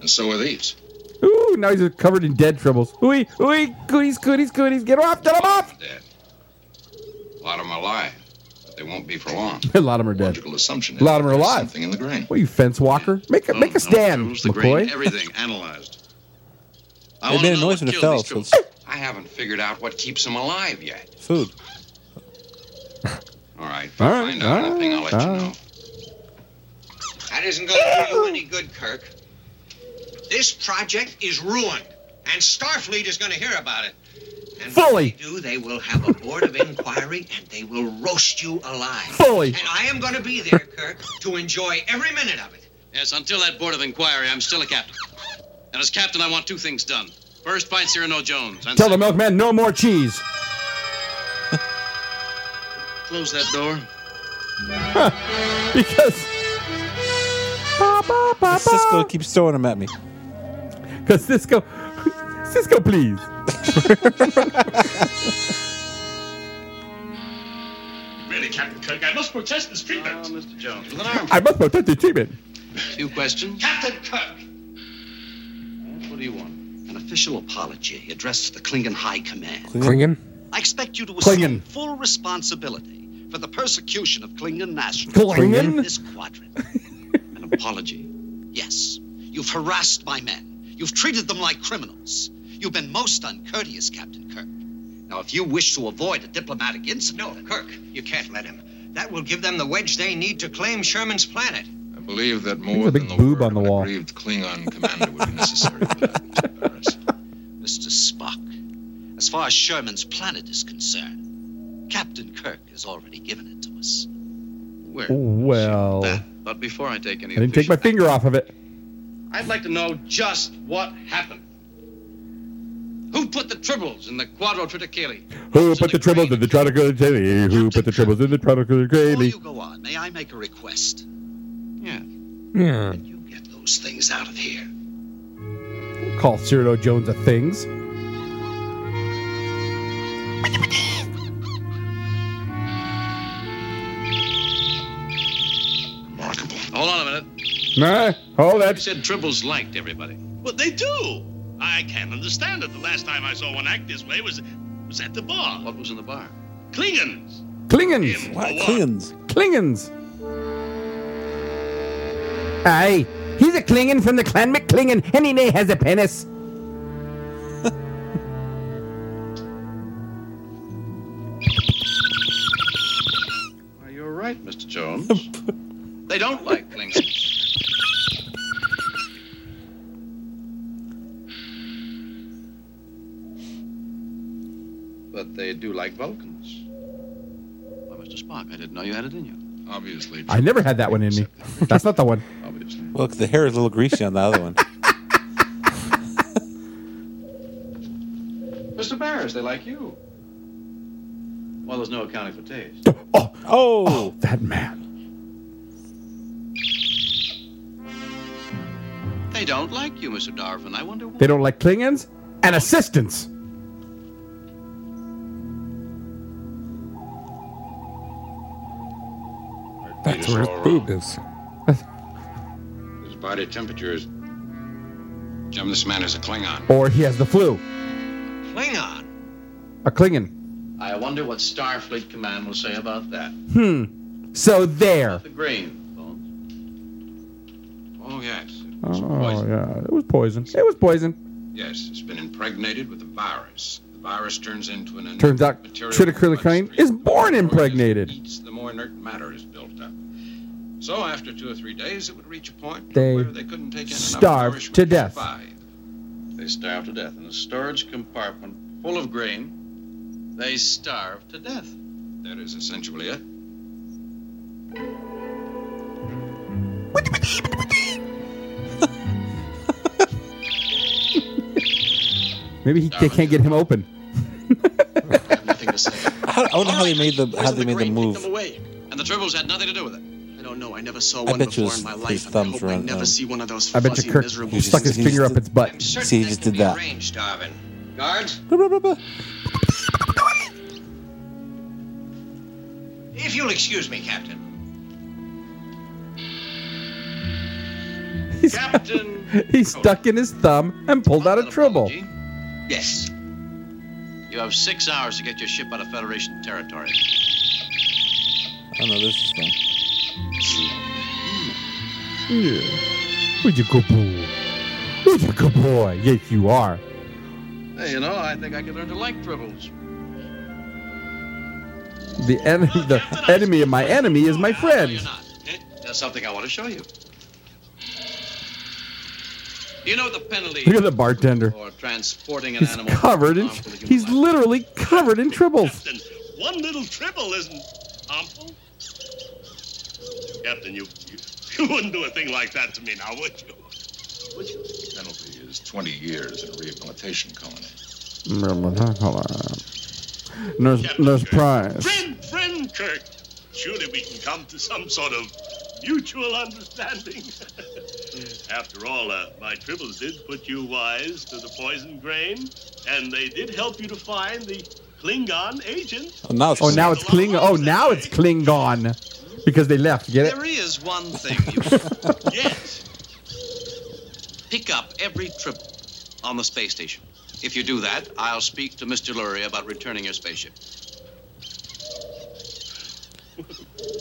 And so are these.
Ooh, now he's covered in dead tribbles. Ooey, ooey, cooties, cooties, cooties. Get him off, get him off.
A lot of them are alive, but they won't be for long.
A lot of them are dead.
Logical assumption is
A lot of them are
there's
alive.
Something in the grain.
What are you, fence walker? Make a, make a stand,
Oh, the grain,
McCoy.
everything analyzed. I
It
want
made
to
a
know
noise when
what
it
killed
fell,
these
so
troops. I haven't figured out what keeps them alive yet.
Food.
All right.
All
I
right,
know
all
nothing. I'll let
right,
you
all
know.
That isn't going to do you any good, Kirk. This project is ruined, and Starfleet is going to hear about it. And
Fully.
When they do, they will have a board of inquiry, and they will roast you alive.
Fully.
And I am going to be there, Kirk, to enjoy every minute of it.
Yes, until that board of inquiry, I'm still a captain. And as captain, I want two things done. First, find Cyrano Jones. And
Tell the milkman no more cheese.
close that door.
Huh, because. Ba, ba, ba,
Cisco keeps throwing them at me.
Because Cisco, Cisco, please.
really, Captain Kirk. I must protest this treatment.
Ah,
Oh, Mr. Jones. With an arm.
I must protect the treatment.
Few questions?
Captain Kirk!
What do you want?
An official apology addressed to the Klingon High Command.
Klingon?
I expect you to
Klingon.
assume full responsibility for the persecution of Klingon nationals
Klingon?
in this quadrant. An apology? Yes. You've harassed my men. You've treated them like criminals. You've been most uncourteous, Captain Kirk. Now, if you wish to avoid a diplomatic incident, no, Kirk,
You can't let him. That will give them the wedge they need to claim Sherman's planet.
I believe that
There's
more
a
than
big
the
boob on the wall.
aggrieved Klingon commander would be necessary for that to embarrass him.
Mr. Spock, as far as Sherman's planet is concerned, Captain Kirk has already given it to us.
Where?
Oh, Well, I
But before I take any
didn't take my
official
finger off of it.
I'd like to know just what happened. Who put the tribbles in the Quadro Triticale?
Who put the tribbles in the tropical jelly? Who put the tribbles in the tropical jelly?
Go on, may I make a request? Yeah.
Yeah.
Get those things out of here.
Call Cyrano Jones a things.
Hold on a minute.
Nah,
Oh,
hold
You
that.
said tribbles liked everybody.
But they do. I can't understand it. The last time I saw one act this way was was at the bar.
What was in the bar?
Klingons.
Klingons.
What? Klingons?
Klingons. Aye, he's a Klingon from the clan McKlingon, and he nay has a penis.
Well, you're right, Mr. Jones. they don't like Klingons. But they do like Vulcans. Why, Mr. Spock, I didn't know you had it in you. Obviously.
I never had that
<laughs>
one in me. That's not the one.
Look, the hair is a little greasy on the other one.
Mr. Barris, they like you. Well, there's no accounting for taste.
<laughs> Oh,
that man.
They don't like you, Mr. Darwin. I wonder
They don't like Klingons and assistants.
That's where his boob is.
His body temperature is. Jim, this man is a Klingon.
Or he has the flu.
Klingon.
A Klingon.
I wonder what Starfleet Command will say about that.
Hmm. So there.
The green, Bones.
Oh, yes.
Oh yeah, it was poison. It was poison.
Yes, it's been impregnated with a virus. The virus turns into an. inert
Turns out
material
triticurlicane is born impregnated.
eats, the more inert matter is built up. So after two or three days, it would reach a point
They
where they couldn't take in enough
starved
nourishment
to death.
survive.
They starve to death in a storage compartment full of grain. They starve to death.
That is essentially it.
Maybe he, they can't get him open.
<laughs>
I don't know how they made the how they made the move.
away. And the tribbles had nothing to do with it. I don't know. I never saw
I
one
bet you
before
his,
in my
his
life. and I
thumbs
hope
were
I
on.
never
um,
see one of those
I bet
fuzzy,
you Kirk
miserable
stuck <laughs> his finger up its butt.
See, he just did that.
Arranged, Darwin.
Guard,
If you'll excuse me, Captain.
<laughs>
<laughs> Captain.
He stuck in his thumb and pulled out a tribble.
Yes. You have six hours to get your ship out of Federation territory.
Oh no, this is fun.
Yeah. Would you good boy? Would you good boy? Yes, you are.
Hey, you know, I think I could learn to like tribbles.
The en- the enemy of my enemy is my friend.
There's something I want to show you. You know the penalty
Look at the bartender.
for transporting an
He's
animal.
covered in. He's literally covered in tribbles.
One little tribble isn't harmful. Captain, you, you <laughs> you wouldn't do a thing like that to me now, would you?
The penalty is 20 years in a rehabilitation colony.
Nurse, nurse Price.
Friend, friend Kirk, surely we can come to some sort of mutual understanding. <laughs> After all, uh, my tribbles did put you wise to the poison grain, and they did help you to find the Klingon agent.
Oh, now it's, oh, now it's Klingon. Oh, now it's Klingon because they left. Get it?
There is one thing you <laughs>
<laughs>
yes. Pick up every triple on the space station. If you do that, I'll speak to Mr. Lurie about returning your spaceship.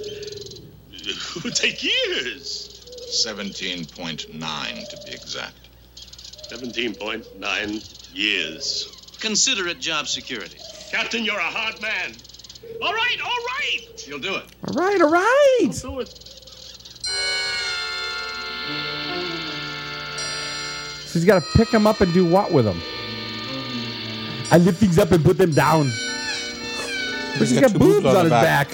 It would take years.
17.9 to be exact.
17.9 years.
Consider it job security.
Captain, you're a hard man. All right, all right.
You'll do it.
All right, all right.
I'll do it.
So he's got to pick them up and do what with them? I lift things up and put them down. But he's got,
two
boobs on his back.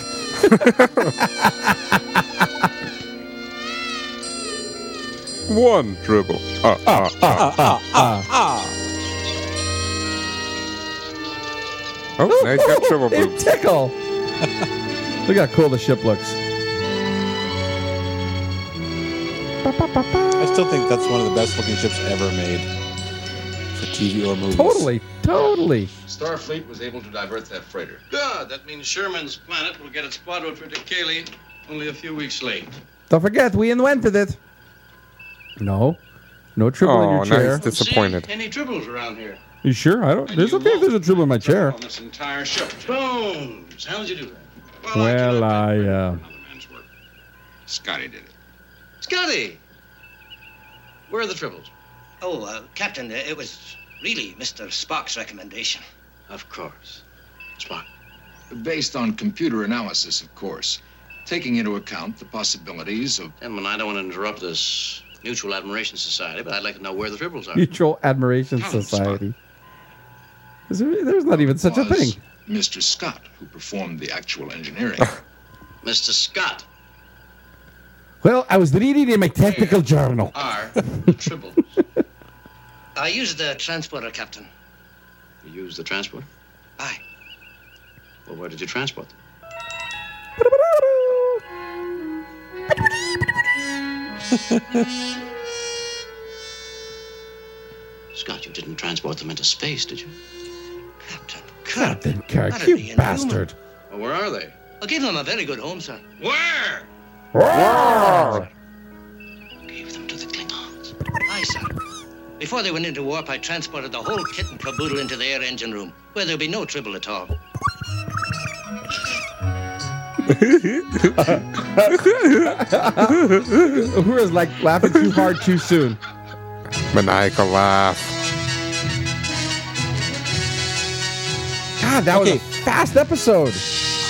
One dribble. Ah, ah, ah, ah, ah.
Ah,
Oh, now he's got triple
They
<laughs> boobs.
tickle. Look how cool the ship looks.
I still think that's one of the best looking ships ever made for TV or movies.
Totally, totally.
Starfleet was able to divert that freighter.
Good. That means Sherman's planet will get its squadron for Decaley only a few weeks late.
Don't forget, we invented it. No, no triple in
Oh, now
your chair.
he's disappointed.
See any tribbles around here
You sure? I don't. There's okay if there's a triple in my chair.
on this entire ship? Boom! How'd you do that?
Well, I. Uh,
Scotty did it.
Scotty! Where are the tribbles? Oh, uh, Captain, uh, it was really Mr. Spock's recommendation.
Of course. Spock.
Based on computer analysis, of course, taking into account the possibilities of.
Gentlemen, I don't want to interrupt this Mutual Admiration Society, but I'd like to know where the tribbles
<laughs>
are.
Mutual Admiration Society. Is there, there's not even such a thing.
Mr. Scott, who performed the actual engineering.
Mr. Scott,
Well, I was reading in my technical journal.
are the
<laughs>
tribbles?
I used the transporter, Captain.
You used the transporter?
Aye.
Well, where did you transport them?
uh,
Scott, you didn't transport them into space, did you?
Captain Kirk,
That'd be
you
inhuman.
bastard.
Well, Oh, where are they?
I gave them a very good home, sir.
Where?
Roar!
Aye, sir. Before they went into warp, I transported the whole kit and caboodle into the air engine room, where there'll be no tribble at all.
Who is like laughing too hard too soon?
Maniacal laugh.
God, that was a fast episode.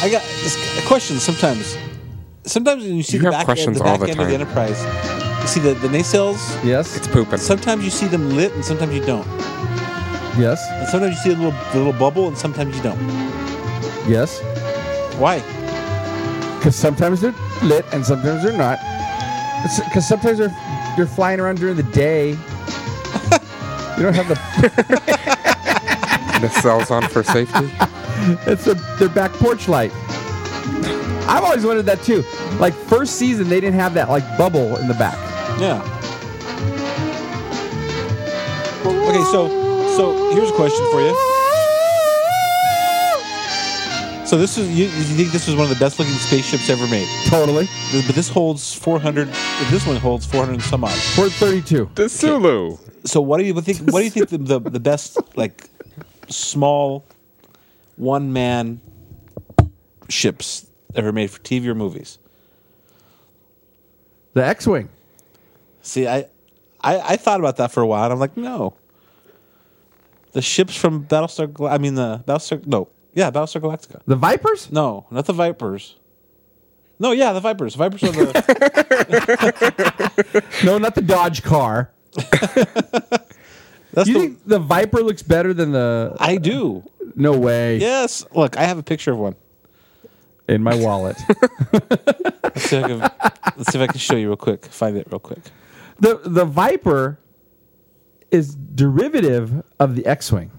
I got this a question sometimes. Sometimes when you see
You
the
have
back, end,
questions
the
all
back
the
end of the
time.
Enterprise, you see the, the nacelles.
Yes.
It's pooping. <laughs>
Sometimes you see them lit and sometimes you don't.
Yes.
And sometimes you see a little, the little bubble and sometimes you don't.
Yes.
Why?
Because sometimes they're lit and sometimes they're not. Because sometimes they're they're flying around during the <laughs> day. you don't have the.
The cell's on for safety.
it's their, their back porch light. I've always wondered that too. Like first season, they didn't have that like bubble in the back.
Yeah. Okay, so so here's a question for you. So this is you, you think this was one of the best looking spaceships ever made?
Totally.
But this holds 400. This one holds 400 and some odd.
432.
The Sulu.
So what do you think? What do you think the the, the best like small one man ships ever made for TV or movies?
The X-wing.
See, I, I, I thought about that for a while, and I'm like, no. The ships from Battlestar, Gal- I mean the Battlestar, no, yeah, Battlestar Galactica.
The Vipers?
No, not the Vipers. No, yeah, the Vipers. Vipers are the
<laughs> No, not the Dodge car.
That's
you
the-
think the Viper looks better than the?
I do.
No way.
Yes, look, I have a picture of one.
In my <laughs> wallet.
Let's see if I can, let's see if I can show you real quick. Find it real quick.
the the Viper is derivative of the X-wing.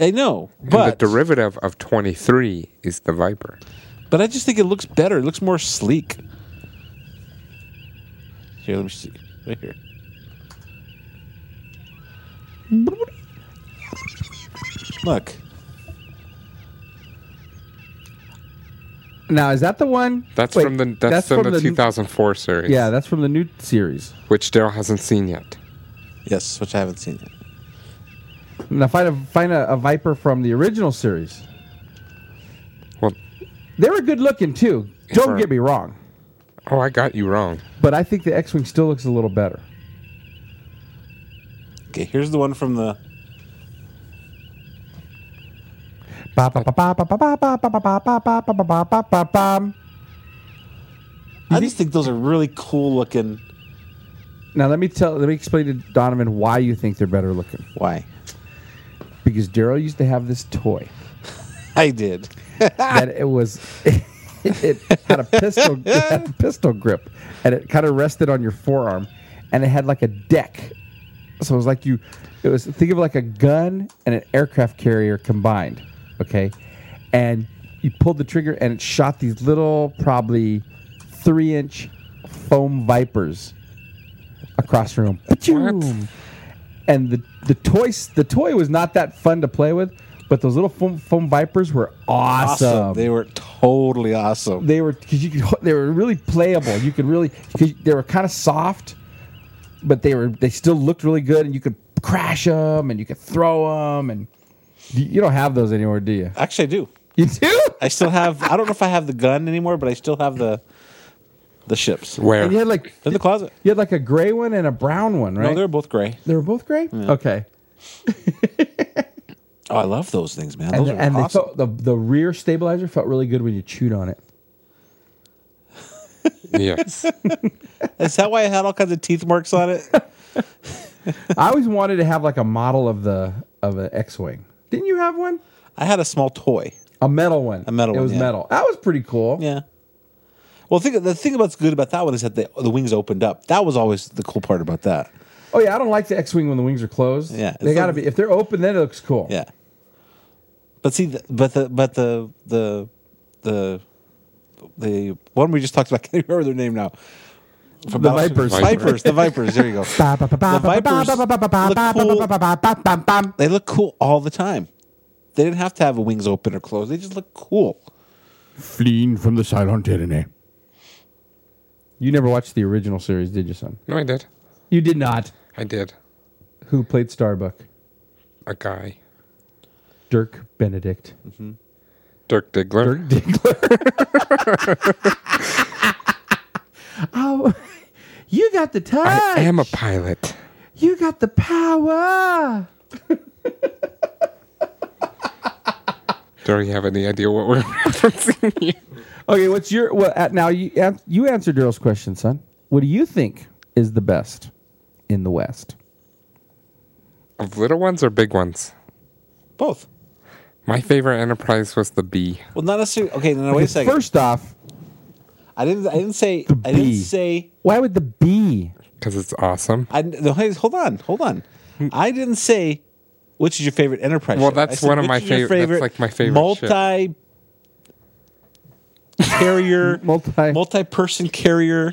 I know,
But
but
the derivative of 23 is the Viper.
but I just think it looks better. It looks more sleek. Here, let me see. Right here. Look,
Now is that the one?
That's
Wait,
from the that's, from, the,
new-
2004 series.
Yeah, that's from the new series.
which Daryl hasn't seen yet.
Yes, which I haven't seen yet.
Now find a find a, a viper from the original series.
Well,
they were good looking too. Don't get me wrong,
Oh, I got you wrong.
but I think the X-wing still looks a little better.
Okay, here's the one from the.
Ba, ba, ba, ba, ba, ba, ba, ba, ba, ba, ba, ba, ba, ba, ba, ba, ba, bum.
I just think those are really cool looking.
Now let me tell let me explain to Donovan why you think they're better looking.
Why? <laughs>
Because Daryl used to have this toy.
I did.
that it was <laughs> it, had a pistol it had a pistol grip and it kind of rested on your forearm and it had like a deck. So it was like you it was think of like a gun and an aircraft carrier combined, okay? And you pulled the trigger and it shot these little probably 3-inch foam vipers across the room. Pachoom. And the the toy s- the toy was not that fun to play with, but those little foam, foam vipers were awesome.
They were totally awesome.
They were because you could <laughs> ho- they were really playable. You could really 'cause they were kind of soft, but they were they still looked really good, and you could crash them and you could throw them, and you, you don't have those anymore, do you? <laughs>
Actually, I do.
You do?
I still have. I don't know if I have the gun anymore, but I still have the the ships.
And you had like
in the closet?
You had like a gray one and a brown one, right?
No, they're both gray.
They were both gray.
Yeah.
Okay.
Oh, I love those things, man.
and
Those
the,
are
and they
awesome.
felt- the, the rear stabilizer felt really good when you chewed on
<laughs>
it.
Yes.
Is that why I had all kinds of teeth marks on <laughs> it?
I always wanted to have like a model of the of an X-wing. Didn't you have one?
I had a small toy,
a metal one.
A metal.
It
one,
was
yeah.
metal. That was pretty cool.
Yeah. Well, think the thing that's good about that one is that the, the wings opened up. That was always the cool part about that.
Oh yeah, I don't like the X-wing when the wings are closed.
Yeah,
they got to be. If they're open, then it looks cool.
Yeah. But see, the, but the but the the the the one we just talked about. <laughs> I can't remember their name now.
The
Battlestar-
Vipers.
Vipers, the Vipers. There you
<laughs>
go. the Vipers look cool. They look cool all the time. They didn't have to have wings open or closed. They just look cool.
Fleeing from the silent tyranny. You never watched the original series, did you, son?
No, I did.
You did not.
I did.
Who played Starbuck?
A guy.
Dirk Benedict.
Dirk Diggler.
Dirk Oh, you got the touch.
I am a pilot.
You got the power.
Daryl, you have any idea what we're <laughs> referencing here?
Okay, what's your well? At, now you an- you answer Daryl's question, son. What do you think is the best in the West?
Of little ones or big ones?
Both.
My favorite Enterprise was the B.
Well, not necessarily. Okay, no, no wait a
Okay,
second.
First off,
I didn't. I didn't say. I didn't
bee.
say.
Why would the B?
Because it's awesome.
I no, hey, hold on, hold on. I didn't say which is your favorite Enterprise.
Well,
ship.
that's
I said,
one of
which
my
is your
favorite- that's like my favorite ship.
multi carrier,
multi
multi person carrier,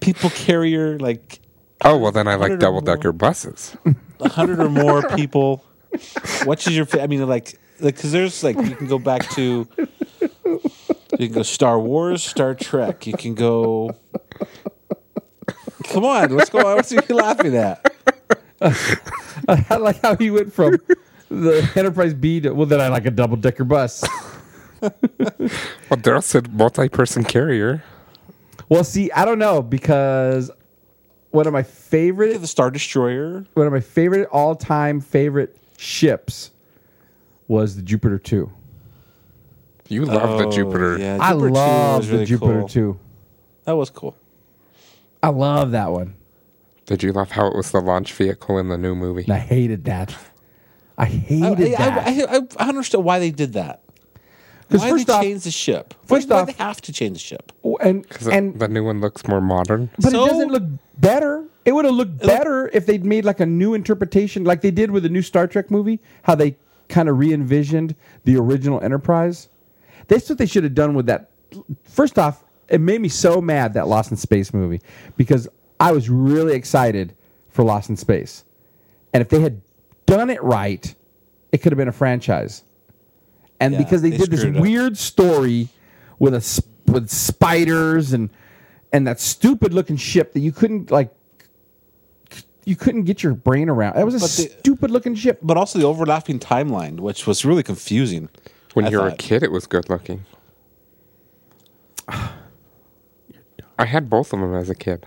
people carrier, like
Oh, well, then I like
100 or
double decker buses.
a hundred or
<laughs>
more people. Which is your? Fa- I mean, like, because there's like you can go back to. You can go Star Wars, Star Trek. You can go. Come on, what's going on? What's you laughing at?
<laughs> I like how he went from the Enterprise B to well, then I like a double
<laughs>
decker bus.
Well, Daryl said multi person carrier.
Well, see, I don't know because one of my favorite,
the Star Destroyer,
one of my favorite all time favorite ships was the Jupiter Two.
You love the
Oh,
Jupiter.
yeah,
I
Jupiter 2
love
was
the
really
Jupiter
cool.
Two.
That was cool.
I love that one.
Did you love how it was the launch vehicle in the new movie?
And I hated that.
I,
I
I-
hated that.
I, I, I understand why they did that.
'Cause
Why
first
they
off-
changed the ship?
first
why,
off-
why they have to change the ship?
Oh, and
Because
and
the new one looks more modern.
but
So-
it doesn't look better. It would have looked better if they'd made like a new interpretation, like they did with the new Star Trek movie, how they kind of re envisioned the original Enterprise. That's what they should have done with that. First off, it made me so mad that Lost in Space movie because I was really excited for Lost in Space. And if they had done it right, it could have been a franchise. And
Yeah,
because they,
they
did this
screwed it up.
weird story with a s- with spiders and and that stupid looking ship that you couldn't like you couldn't get your brain around. That was a stupid looking ship.
But also the overlapping timeline, which was really confusing.
When
I
you were a
thought.
kid, it was good looking. <sighs> I had both of them as a kid.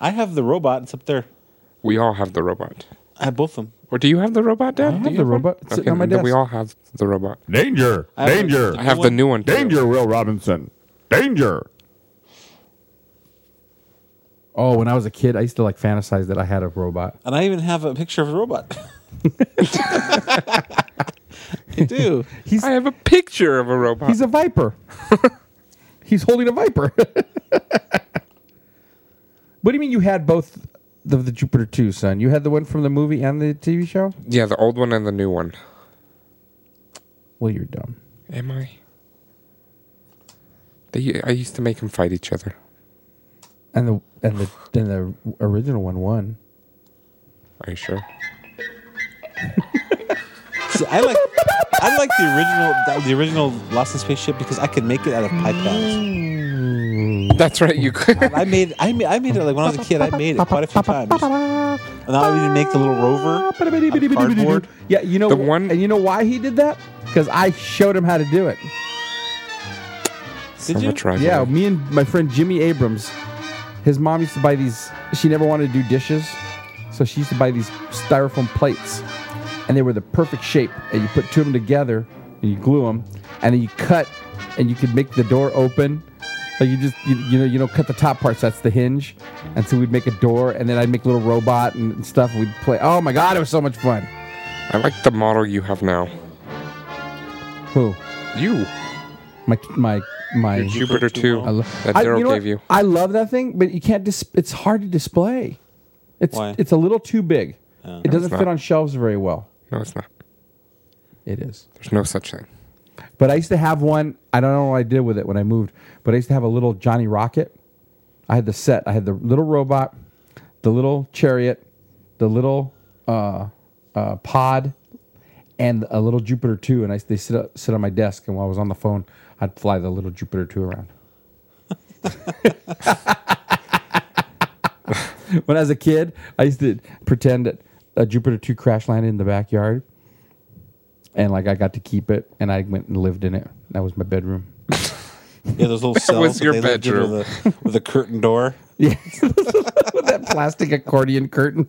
I have the robot. It's up there.
We all have the robot.
I have both of them.
Or do you have the robot, Dad?
I
Do
have
you
the
one?
robot. It's sitting
Okay,
on my
then We
desk.
all have the robot.
Danger!
I have
danger!
the- I have the new one, too.
Danger, Will Robinson. Danger!
Oh, when I was a kid, I used to like fantasize that I had a robot.
And I even have a picture of a robot. <laughs> I do.
I have a picture of a robot.
He's
<laughs>
a viper. He's holding a viper. <laughs> what do you mean you had both of the Jupiter 2, son? You had the one from the movie and the TV show?
Yeah, the old one and the new one.
Well, you're dumb.
Am I? They, I used to make them fight each other.
And the and the and the original one won.
Are you sure?
See, I like I like the original the original Lost in Space ship because I could make it out of pipe bombs.
That's right, you could.
I made I made I made it like when I was a kid. I made it quite a few times. And I would even make the little rover. cardboard.
Yeah, you know the one, and you know why he did that? Because I showed him how to do it.
So you? much rivalry.
Yeah, me and my friend Jimmy Abrams. His mom used to buy these. She never wanted to do dishes, so she used to buy these styrofoam plates, and they were the perfect shape. And you put two of them together, and you glue them, and then you cut, and you could make the door open. Like you just you, you know you don't cut the top parts. That's the hinge, and so we'd make a door, and then I'd make a little robot and, and stuff. And we'd play. Oh my god, it was so much fun.
I like the model you have now.
Who?
You.
My my my
Your Jupiter 2
I lo-
that
I-
Daryl
you know
gave
what?
you.
I love that thing, but you can't. Dis- it's hard to display. It's
Why? Uh,
it's a little too big. it
No,
doesn't
it's
fit
not.
on shelves very well.
No, it's not.
It is.
There's no such thing.
But I used to have one. I don't know what I did with it when I moved, but I used to have a little Johnny Rocket. I had the set. I had the little robot, the little chariot, the little uh, uh, pod, and a little Jupiter two. And I they sit up, sit on my desk, and while I was on the phone, I'd fly the little Jupiter two around. <laughs> when I was a kid, I used to pretend that a Jupiter 2 crash landed in the backyard. And like I got to keep it and I went and lived in it. That was my bedroom. <laughs>
Yeah,
<laughs>
those little
That
cells.
was
that
your
they lived in
bedroom.
with a, with a curtain door.
Yeah. With that plastic accordion curtain.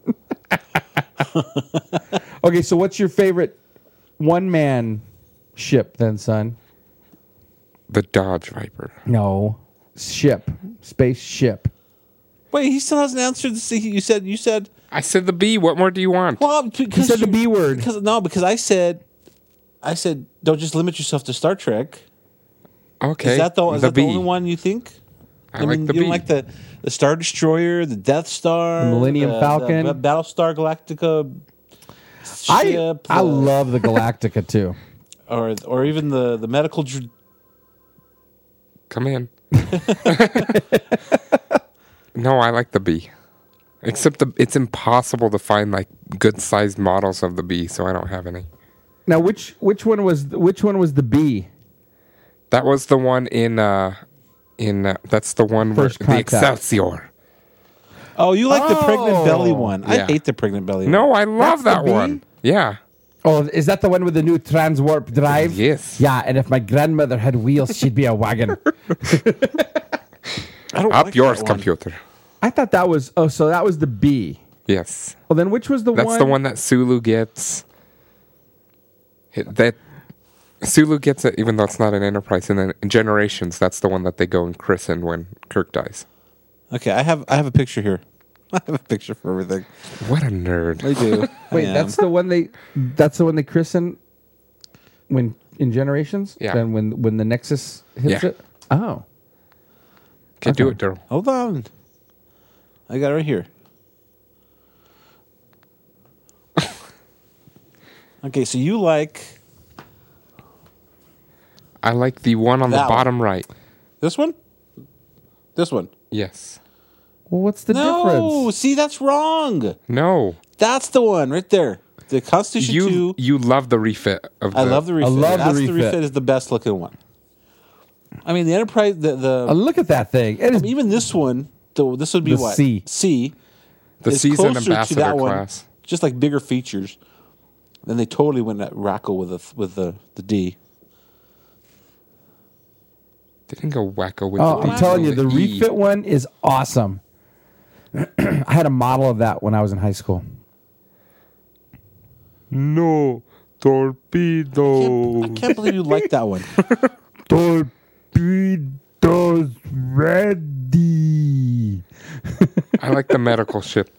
<laughs> okay, so what's your favorite one man ship then, son?
The Dodge Viper.
No. Ship. Spaceship.
Wait, he still hasn't answered the C. You said you said
I said the B. What more do you want?
Well, because
said the
you-
B word.
Because no, because I said I said don't just limit yourself to Star Trek.
Okay,
Is that the, is
the
that the
B.
only one you think?
I like the
you don't
B.
like the, the Star Destroyer, the Death Star,
The Millennium Falcon.
B- Battlestar Galactica.
I
ship,
I
the-
love the Galactica too.
or or even the the medical. Dr-
Come in. no, I like the B. Except the, it's impossible to find like good sized models of the B, so I don't have any.
<laughs> Now which which one was which one was the B?
That was the one in uh in uh, that's the one
First
where the
Contact.
Excelsior.
oh, you like the pregnant
Oh.
belly one? I
Yeah.
hate the pregnant belly. one.
No, I love
That's the
that
B?
one. Yeah.
Oh, is that the one with the new transwarp drive?
Yes.
Yeah, and if my grandmother had wheels, she'd be a <laughs> wagon.
Up yours, computer.
I thought that was oh, so that was the B.
Yes.
Well, then which was the
That's
one?
the one that Sulu gets. It- That Sulu gets it, even though it's not an Enterprise. And then in Generations, that's the one that they go and christen when Kirk dies.
Okay, I have I have a picture here. <laughs> I have a picture for everything.
What a nerd!
I do. <laughs>
Wait,
I am.
that's the one they. That's the one they christen when in generations.
Yeah.
Then when when the Nexus hits
Yeah.
it. Oh.
Okay, do it, Daryl.
Hold on. I got it right
<laughs>
here. okay, so you like
I like the one on
That
the
one.
bottom right.
this one? This one.
Yes.
Well, what's the
no,
difference?
see that's wrong.
No.
That's the one right there. The Constitution
You
2.
you love the refit of.
I love the refit.
love the
that's
refit.
is the best looking one. I mean, the Enterprise, the the
Uh, look at that thing. It
I
is
mean, even this one, the, this would be
The
what
C.
C.
The
is
C's an
closer to
ambassador
that one,
class.
just like bigger features. Then they totally went at Rackle with the with the, the D.
They didn't go wacko with
Oh,
the
I'm telling you, the
E.
refit one is awesome. <clears throat> I had a model of that when I was in high school.
No torpedo.
I can't believe you like
<laughs>
that one.
Torpedoes ready.
I like the medical ship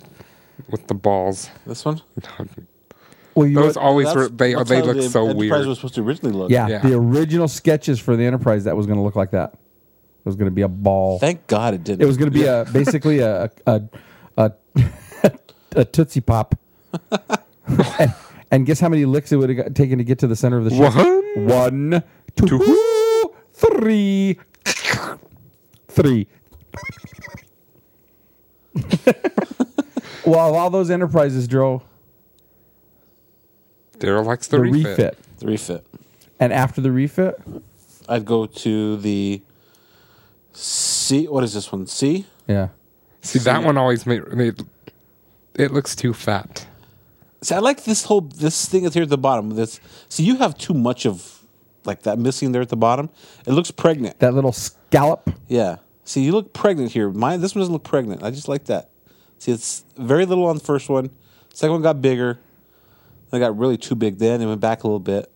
with the balls. <laughs>
This one?
Well, you
Those
know-
always
that's-
were, they
that's
they
how
look
the
so
Enterprise
weird.
was supposed to originally look.
Yeah, the original sketches for the Enterprise that was going to look like that. It was going to be a ball.
Thank God it didn't.
It was going to be a basically a a a, a <laughs> tootsie <laughs> pop. and, and guess how many licks it would have got- taken to get to the center of the ship?
One.
One, two, three, three. While all those enterprises drove
Daryl likes the,
The
refit.
refit.
The refit.
and after the refit,
I'd go to the C. What is this one? C.
yeah.
See, that one always made, made it looks too fat.
See, I like this whole this thing that's here at the bottom. This see, you have too much of like that missing there at the bottom. It looks pregnant.
That little scallop.
Yeah. See, you look pregnant here. Mine, this one doesn't look pregnant. I just like that. See, it's very little on the first one. Second one got bigger. Then it got really too big. Then it went back a little bit.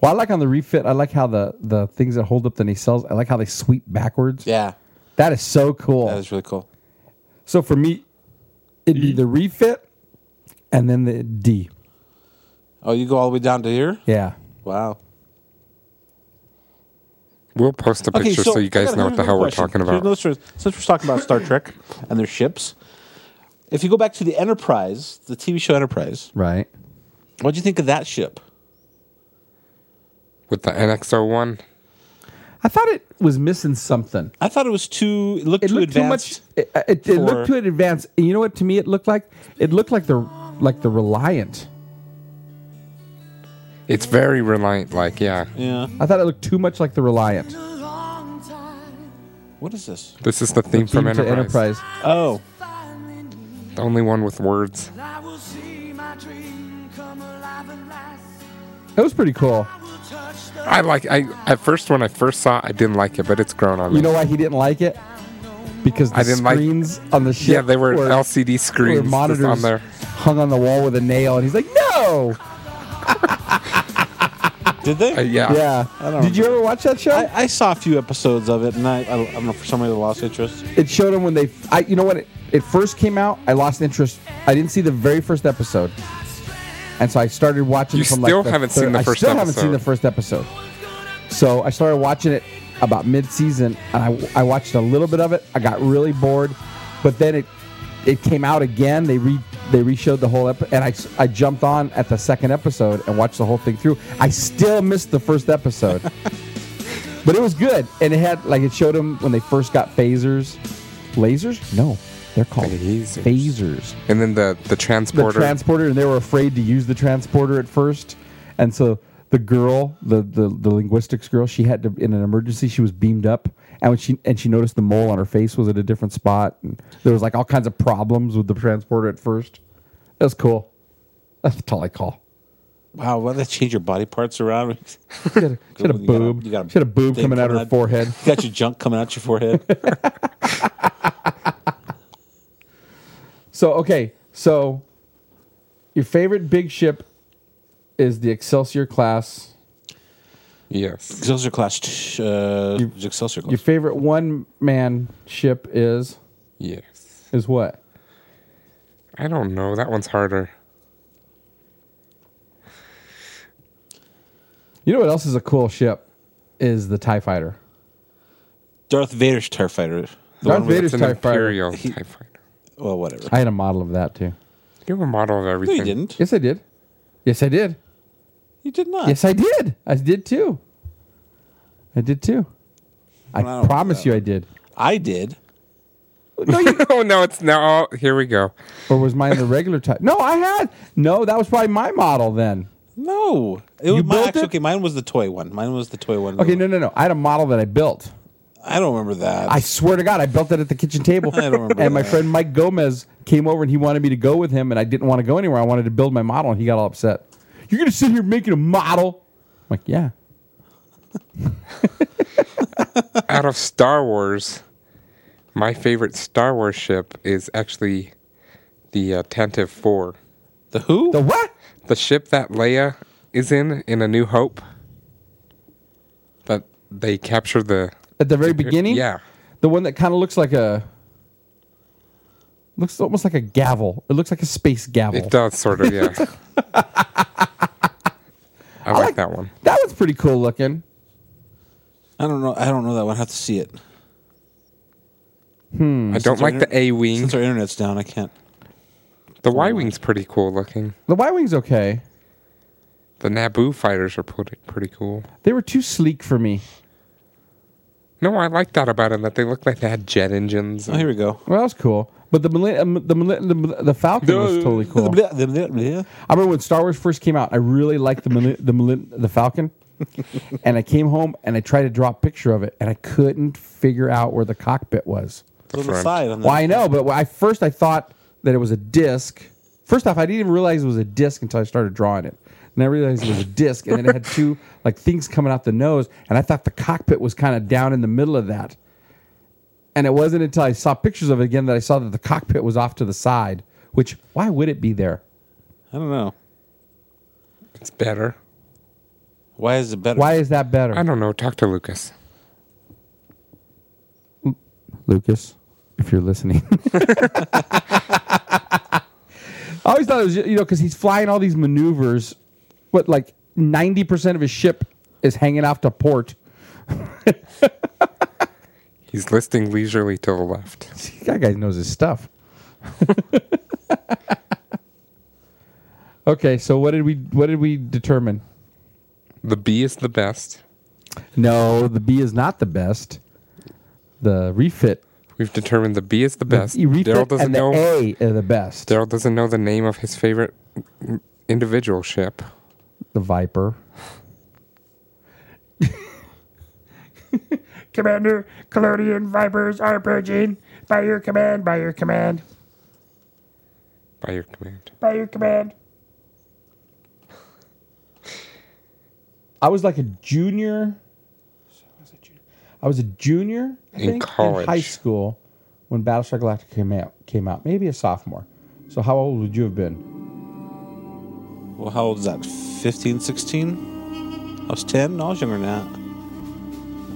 Well, I like on the refit. I like how the the things that hold up the nacelles. I like how they sweep backwards.
Yeah,
that is so cool. That
is really cool.
So for me, it'd be the refit, and then the D.
Oh, you go all the way down to here.
Yeah.
Wow.
We'll post a picture so, you guys know what the hell we're talking about.
since we're talking about Star Trek and their ships, if you go back to the Enterprise, the TV show Enterprise,
right?
What do you think of that ship?
With the NX-01,
I thought it was missing something.
I thought it was too. It looked
it
too
looked
advanced.
Too much, it uh, it, it
for-
looked too advanced. And you know what? To me, it looked like it looked like the like the Reliant.
it's very reliant. Like, yeah,
yeah.
I thought it looked too much like the Reliant.
What is this?
This is the theme from
Theme to
Enterprise.
Enterprise.
Oh,
the only one with words.
It was pretty cool.
I like. I at first when I first saw, it, I didn't like it, but it's grown on me.
You know why he didn't like it? Because the
I didn't like-
screens on the ship.
Yeah, they were LCD screens
were
just
monitors
on there.
hung on the wall with a nail, and he's like, "No."
Did they?
Uh, yeah.
Yeah.
I
Did you ever watch that show?
I, I saw a few episodes of it, and I, I, don't, I don't know for some reason I lost interest.
It showed him when they. I, you know what? It, it first came out. I lost interest. I didn't see the very first episode, and so I started watching.
You
from
still
like the
haven't seen
third-
the first
I still haven't seen
episode.
the first episode. So I started watching it about mid-season, and I, I watched a little bit of it. I got really bored, but then it it came out again. They re they reshowed the whole episode, and I s- I jumped on at the second episode and watched the whole thing through. I still missed the first episode. But it was good, and it had like it showed them when they first got phasers, lasers. No, they're called phasers.
And then the the transporter.
The transporter, and they were afraid to use the transporter at first, and so the girl, the the, the linguistics girl, she had to in an emergency. She was beamed up, and when she and she noticed the mole on her face was at a different spot, and there was like all kinds of problems with the transporter at first. That was cool. That's all I call.
Wow, why did they change your body parts around? <laughs> she
had a, she had a boob. She had a boob
thing
coming out of her forehead.
You got your junk coming out your forehead.
<laughs> So okay, so your favorite big ship is the Excelsior class.
Yes.
Excelsior class. Uh, Excelsior class.
Your favorite one man ship is
Yes.
is what?
I don't know. That one's harder.
You know what else is a cool ship is the Tie Fighter.
Darth Vader's TIE fighter.
Darth
one with-
Vader's It's an TIE fighter. Imperial
TIE fighter.
Well, whatever.
I had a model of that too.
You have a model of everything.
didn't.
Yes, I did. Yes, I did.
You did not.
Yes, I did. I did too. I did too. I
Wow.
promise you, I did.
I did.
<laughs> oh no! It's now. Oh, here we go.
Or was mine the regular Tie? No, I had. No, that was probably my model then.
No, it was
You
my
built
actually,
it?
okay. Mine was the toy one. Mine was the toy one.
Okay, no, no, no. I had a model that I built.
I don't remember that.
I swear to God, I built it at the kitchen table.
I don't remember
and my
that.
friend Mike Gomez came over and he wanted me to go with him, and I didn't want to go anywhere. I wanted to build my model, and he got all upset. You're going to sit here making a model? I'm like, yeah.
out of Star Wars, my favorite Star Wars ship is actually the uh, Tantive Four.
The who?
The what?
The ship that Leia is in in A New Hope. That they capture the
At the very beginning?
Yeah.
The one that kind of looks like a. Looks almost like a gavel. It looks like a space gavel.
It does sort of, yeah. I like that one.
That one's pretty cool looking.
I don't know. I don't know that one. I have to see it.
Hmm.
I don't like the A wing. Mm, Since
our internet's down, I can't.
The Y wing's pretty cool looking.
The Y wing's okay.
The Naboo fighters are pretty pretty cool.
They were too sleek for me.
No, I like that about them that they look like they had jet engines.
Oh, here
we go.
Well, that was cool. But the Mil- um, the Mil- the, Mil- the Falcon was totally cool. I remember when Star Wars first came out. I really liked the Mil- the Mil- the Falcon, and I came home and I tried to draw a picture of it, and I couldn't figure out where the cockpit was.
It's on the front. side on the-
well, I know, but I first I thought that it was a disc. First off, I didn't even realize it was a disc until I started drawing it. And I realized it was a disc, and then it had two like things coming out the nose, and I thought the cockpit was kind of down in the middle of that. And it wasn't until I saw pictures of it again that I saw that the cockpit was off to the side. Which why would it be there?
I don't know.
It's better.
Why is it better?
Why is that better?
I don't know. Talk to Lucas.
Lucas, if you're listening. <laughs> I always thought it was, you know, because he's flying all these maneuvers, but like 90% of his ship is hanging off to port.
He's listing leisurely to the left.
That guy knows his stuff. <laughs> okay, so what did we what did we determine?
The B is the best.
No, the B is not the best. The refit.
We've determined the B is the best.
The E, refit
Daryl doesn't
and the
know.
A are the best.
Daryl doesn't know the name of his favorite individual ship.
The Viper.
<laughs> Commander, Colonian Vipers are purging. By your command, by your command,
By your command.
by your command.
I was like a junior. I was a junior I
In
think,
college.
high school, when Battlestar Galactica came out. Came out, maybe a sophomore. So how old would you have been?
Well, how old is that? 15, 16? I was 10? No, I was younger than that.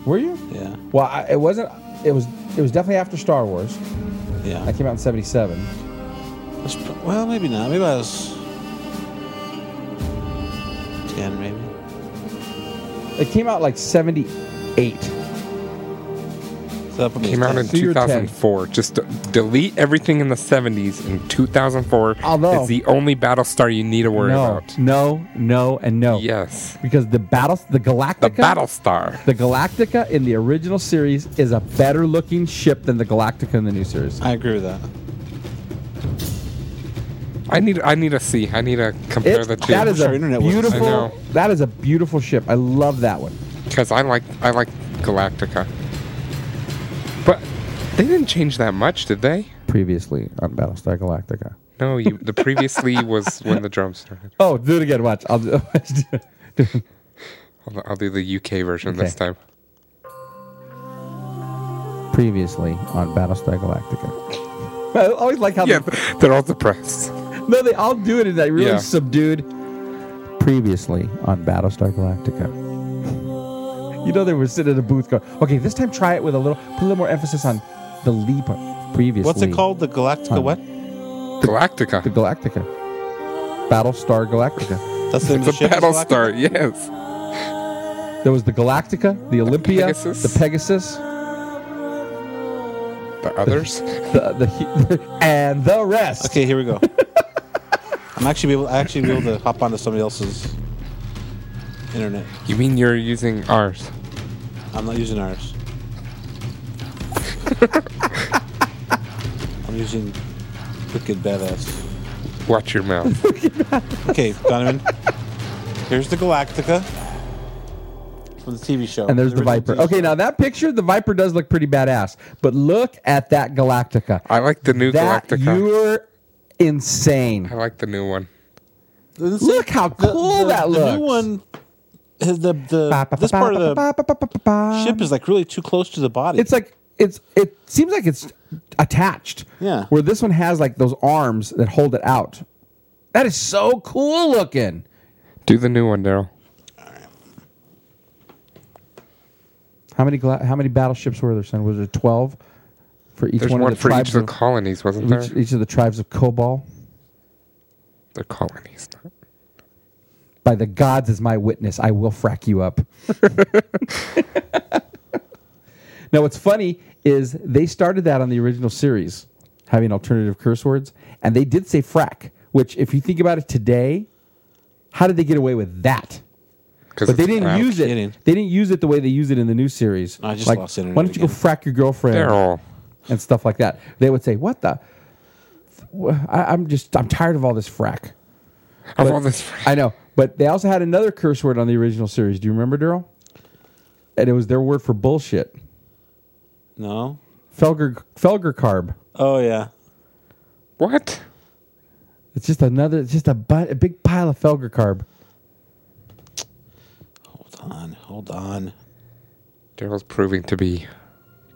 Were you?
Yeah.
Well, I, it wasn't. It was. It was definitely after Star Wars.
Yeah.
That came out in '77.
That's pr- Well, maybe not. Maybe I was 10, maybe.
It came out like '78.
So that put me
Came
at
out
10.
in 2004. Just d- delete everything in the 70s. In 2004
Although-
is the only Battlestar you need to worry
no,
about.
no, no, and no.
Yes.
Because the battle, the Galactica, the
Battlestar,
the Galactica in the original series is a better looking ship than the Galactica in the new series.
I agree with that.
I need. I need to see. I need to compare the two.
that is a
I know.
beautiful. That is a beautiful ship. I love that one.
because I like I like Galactica. But they didn't change that much, did they?
Previously on Battlestar Galactica.
No, you, the
<laughs>
previously was when the drums started.
Oh, do it again. Watch. I'll <laughs> do.
I'll, I'll do the UK version
Okay.
this time.
Previously on Battlestar Galactica. <laughs> I always like how
yeah, they're all depressed.
No, they all do it in that really
Yeah.
subdued. Previously on Battlestar Galactica. You know they were sitting in a booth going, "Okay, this time try it with a little, put a little more emphasis on the leap." Previously,
What's it called? The Galactica
on
what?
Galactica.
The Galactica. Battlestar Galactica.
That's the name of the
It's a
ship is
Battlestar.
Galactica?
Yes.
There was the Galactica, the Olympia,
Pegasus.
the Pegasus,
The others.
the, the, <laughs> and the rest.
Okay, here we
<laughs>
go. I'm actually be able. I actually be able to hop onto somebody else's internet.
You mean you're using ours?
I'm not using
<laughs>
ours. I'm using wicked badass.
Watch your mouth.
Okay, Donovan. There's the Galactica from the TV show.
And there's the
original
Viper.
TV
Okay, now that picture, the Viper does look pretty badass. But look at that Galactica.
I like the new
<laughs> That
Galactica.
you're insane.
I like the new one.
Look how cool
the-
that
the
looks.
new one has the the this part of the ship is like really too close to the body.
It's like it's it seems like it's attached.
Yeah.
Where this one has like those arms that hold it out. That is so cool looking.
Do the new one, Daryl.
How many gla- how many battleships were there, son? Was there twelve for each
There's
one,
one
of the
for each
tribes
of the colonies, wasn't
each,
there?
Each of the tribes of Kobol.
The colonies.
By the gods as my witness, I will frack you up. now, what's funny is they started that on the original series, having alternative curse words, and they did say frack, which, if you think about it today, how did they get away with that?
'Cause
But they
it's
didn't
frack.
use it.
Kidding.
They didn't use it the way they use it in the new series.
I just lost internet
Why don't you go frack your girlfriend?
Daryl.
And stuff like that. They would say, "What the." I, I'm just I'm tired of all this frack.
Of
But-
all this
I know, but they also had another curse word on the original series. Do you remember, Daryl? And it was their word for bullshit.
No.
Felger Felger carb.
Oh yeah.
What?
It's just another. It's just a bu- a big pile of Felger carb.
Hold on. Hold on.
Daryl's proving to be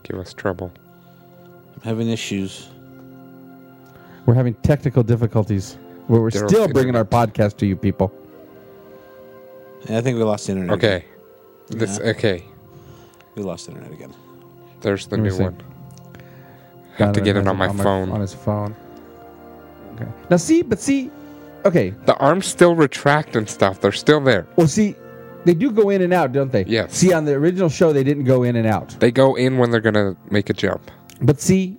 give us trouble.
I'm having issues.
We're having technical difficulties, but we're
Daryl's
still bringing our podcast to you people.
And I think we lost the internet.
Okay. This
Yeah.
okay.
We lost internet again.
There's the
Let me
new
see.
one. Have to
Got
get it
I
on
think
my phone.
on his phone. Okay. Now see, but see, okay.
The arms still retract and stuff. They're still there.
Well, see, they do go in and out, don't they?
Yes.
See, on the original show, they didn't go in and out.
They go in when they're gonna make a jump.
But see,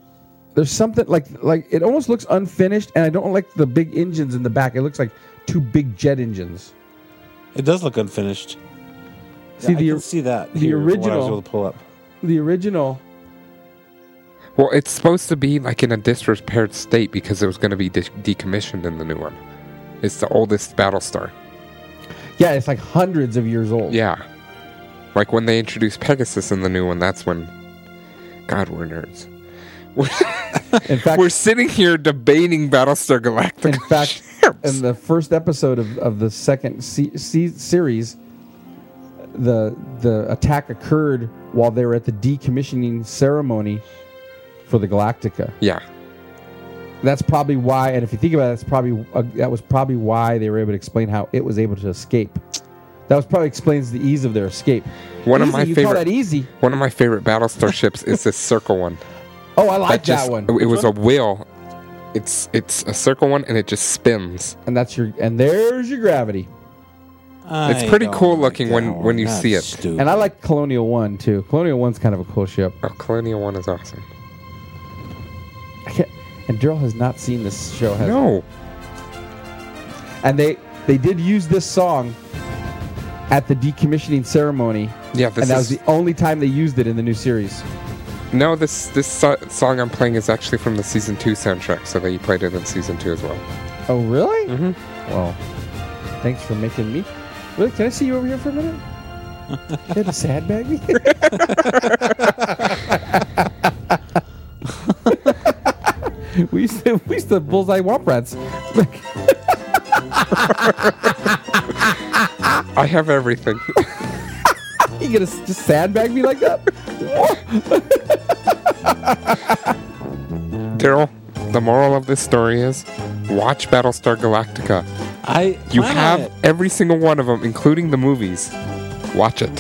there's something like like it almost looks unfinished, and I don't like the big engines in the back. It looks like two big jet engines.
It does look unfinished.
See,
Yeah, I
the-
can see that.
the
here, what I was
original-
able to pull up.
The original,
Well, it's supposed to be like in a disrepaired state because it was going to be de- decommissioned in the new one. It's the oldest Battlestar.
yeah, it's like hundreds of years old.
Yeah. Like when they introduced Pegasus in the new one, that's when. God, we're nerds.
In fact,
we're sitting here debating Battlestar Galactica.
<laughs> in fact, in the first episode of, of the second se- se- series, the the attack occurred while they were at the decommissioning ceremony for the Galactica.
Yeah.
That's probably why, and if you think about it, that's probably uh, that was probably why they were able to explain how it was able to escape. That was probably explains the ease of their escape.
One
Easy?
of my
you
favorite.
Call that easy?
One of my favorite
<laughs>
Battlestar ships is this circle one.
Oh, I like that,
just-
one.
It was a wheel. It's it's a circle one and it just spins.
and that's your and there's your gravity.
it's pretty cool looking when when you see it.
And I like Colonial One too. Colonial One's kind of a cool ship.
Oh, Colonial One is awesome.
I can't, and Daryl has not seen this show, has he?
No,
And they they did use this song at the decommissioning ceremony.
Yeah, this
and that was
is-
the only time they used it in the new series.
no. This this so- song I'm playing is actually from the season two soundtrack, so they played it in season two as well.
Oh, really? Mm-hmm. Well, thanks for making me. Look, can I see you over here for a minute? Had to sad bag me. we used to we used to bullseye womp rats.
I have everything. <laughs>
you gonna s- just sandbag me like that?
Daryl, the moral of this story is watch Battlestar Galactica.
I
you
plan on
have
it.
every single one of them, including the movies. Watch it.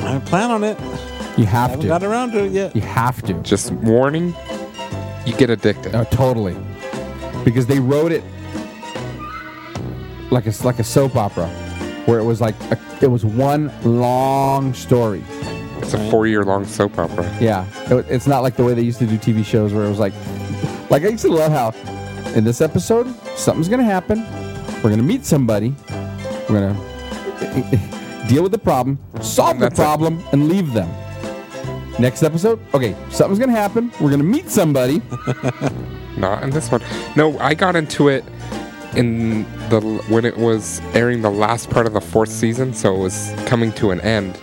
I plan on it.
You have
haven't got around to it yet.
You have to.
Just warning, you get addicted.
Oh, totally. Because they wrote it like a like a soap opera, where it was like a, it was one long story.
It's a four year long soap opera.
Yeah, It- it's not like the way they used to do TV shows where it was like, like I used to love how in this episode something's gonna happen, we're gonna meet somebody, we're gonna <laughs> deal with the problem, solve the
That's it.
problem, and leave them. Next episode, okay, something's
<laughs>
gonna happen, we're gonna meet somebody.
Not in this one. No, I got into it in the when it was airing the last part of the fourth season, so it was coming to an end,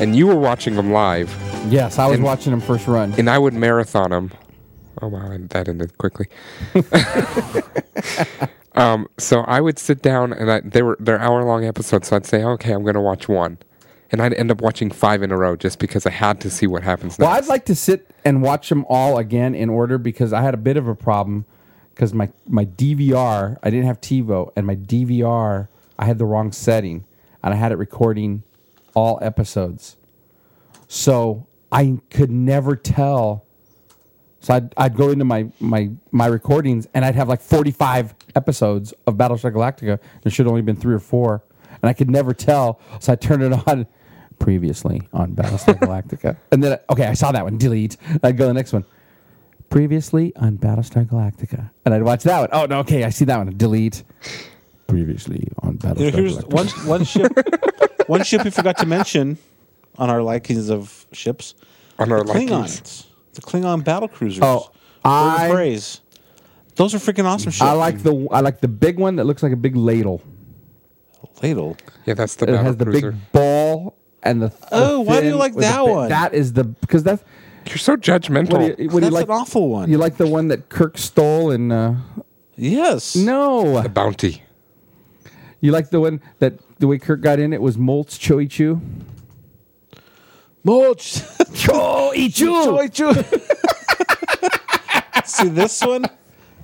and you were watching them live.
Yes, I was
And-
watching him first run.
and I would marathon them. Oh wow, that ended quickly. <laughs> um, so I would sit down, and I, they were they're hour long episodes. So I'd say, okay, I'm going to watch one, and I'd end up watching five in a row just because I had to see what happens
Well,
next.
I'd like to sit and watch them all again in order because I had a bit of a problem because my, my DVR, I didn't have TiVo, and my DVR, I had the wrong setting and I had it recording all episodes. So I could never tell. So I'd, I'd go into my, my, my recordings and I'd have like 45 episodes of Battlestar Galactica. There should have only been three or four. And I could never tell. So I turned it on previously on Battlestar Galactica. and then, okay, I saw that one. Delete. I'd go to the next one. Previously on Battlestar Galactica. And I'd watch that one. Oh, no, okay, I see that one. Delete. Previously on Battlestar
You know,
<laughs>
here's
Galactica.
one one ship one ship we forgot to mention on our likings of ships.
On our
the
likings.
Klingons, the Klingon battle cruisers.
Oh,
Word
I-
of praise. Those are freaking awesome ships.
I like the I like the big one that looks like a big ladle.
Ladle.
Yeah, that's the
it has the
battlecruiser.
big ball and the.
Oh, why do you
fin
like
with the
that
fin-
one? Oh,
That is the because that's.
You're so judgmental.
What do you, what do you
That's
like?
an awful one.
You like the one that Kirk stole and. Uh,
yes.
No. The
bounty.
You like the one that the way Kirk got in it was Molt's Choichu.
Mulch. <laughs>
Choichu.
See this one?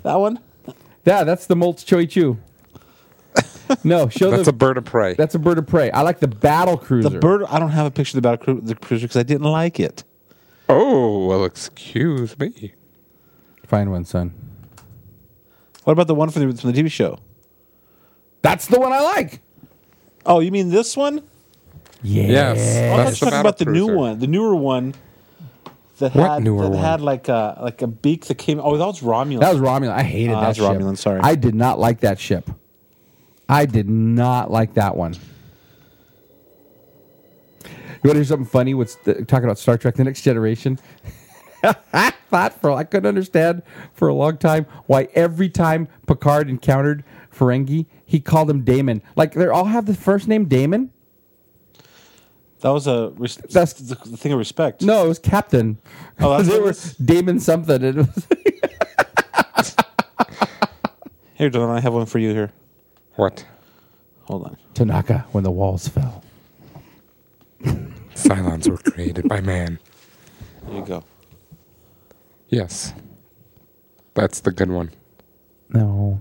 That one?
Yeah, that's the
<laughs>
Molt's Choichu. No, show
That's
the,
a bird of prey.
That's a bird of prey. I like the battle cruiser.
The bird. I don't have a picture of the battle cru- the cruiser because I didn't like it.
Oh well, excuse me.
Find one, son.
What about the one from the, from the TV show?
That's the one I like.
Oh, you mean this one?
Yes.
Oh, I was talking about the new
Battlecruiser.
one, the newer one that
What
had
newer
that
one?
had like a like a beak that came. Oh, that was Romulan.
That was Romulan. I hated
Oh,
that.
was
ship.
Romulan. Sorry.
I did not like that ship. I did not like that one. You want to hear something funny? What's the, talking about Star Trek: The Next Generation? <laughs> I thought for I couldn't understand for a long time why every time Picard encountered Ferengi, he called him Damon. Like they all have the first name Damon.
that was a res- that's the, the thing of respect.
No, it was Captain.
Oh, that's
<laughs> they
what it
were
was?
Damon something. and It was,
Here, Don, I have one for you here.
What?
Hold on.
Tanaka when the walls fell.
Cylons were created by man.
There you go.
Yes, that's the good one.
No,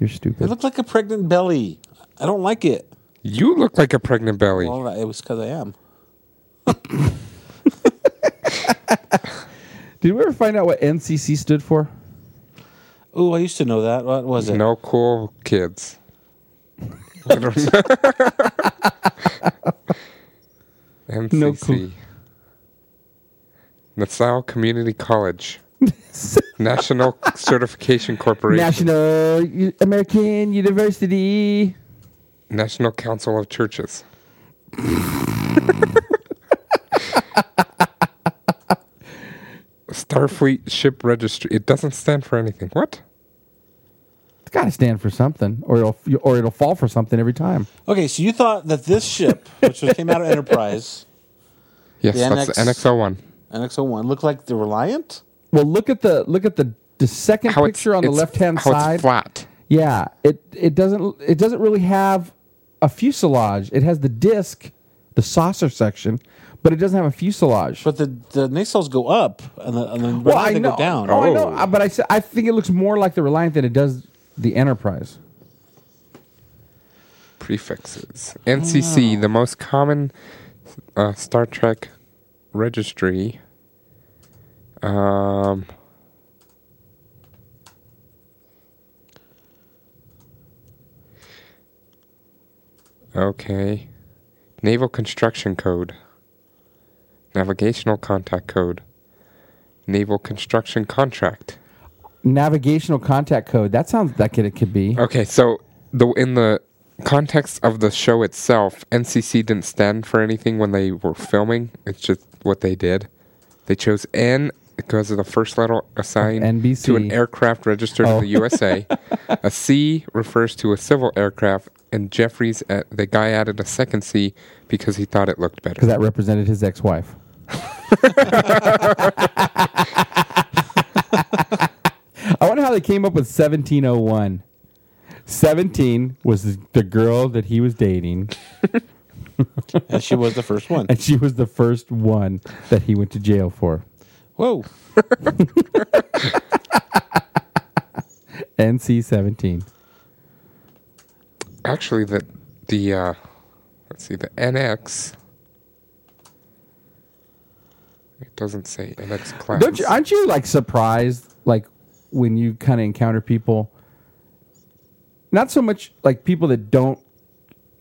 you're
It
stupid.
looked like a pregnant belly. I don't like it.
You look like a pregnant belly.
Well, it was because I am.
Did we ever find out what NCC stood for?
Oh, I used to know that. What was it?
No cool
<laughs>
kids. I don't know. MCC.
No cool-
Nassau Community
<laughs>
College. National Certification Corporation.
National U- American University.
National Council of Churches. Starfleet Ship Registry. It doesn't stand for anything. What?
It's got to stand for something, or it'll or it'll fall for something every time.
Okay, so you thought that this ship, which was- came out of Enterprise, <laughs>
Yes,
The
that's the
NX
NX01.
NX-01, looked like the Reliant.
Well, look at the look at the the second
How it's-
picture on the
it's-
left hand
how it's
side.
flat.
Yeah, it it doesn't it doesn't really have a fuselage. It has the disc, the saucer section, but it doesn't have a fuselage.
But the the nacelles go up and the, and the Reliant
well, I
they
know,
go down.
Oh, I know, uh, but I said I think it looks more like the Reliant than it does the Enterprise.
Prefixes. NCC, the most common uh, Star Trek registry. Um, okay. Naval Construction Code. Navigational Contact Code. Naval Construction Contract.
Navigational contact code. That sounds like it, it could be.
Okay, so the in the context of the show itself, NCC didn't stand for anything when they were filming. It's just what they did. They chose N it goes to the first letter assigned
NBC.
to an aircraft registered
Oh.
in the
<laughs>
USA. a C refers to a civil aircraft, and Jeffries, uh, the guy added a second C because he thought it looked better.
because that represented his ex-wife. I wonder how they came up with 1701. 17 was the- the girl that he was dating.
And she was the first
<laughs>
one.
And she was the first one that he went to jail for.
Whoa.
NC 17.
Actually, the the uh, let's see, the NX. It doesn't say NX class.
Don't you, aren't you like surprised like when you kind of encounter people not so much like people that don't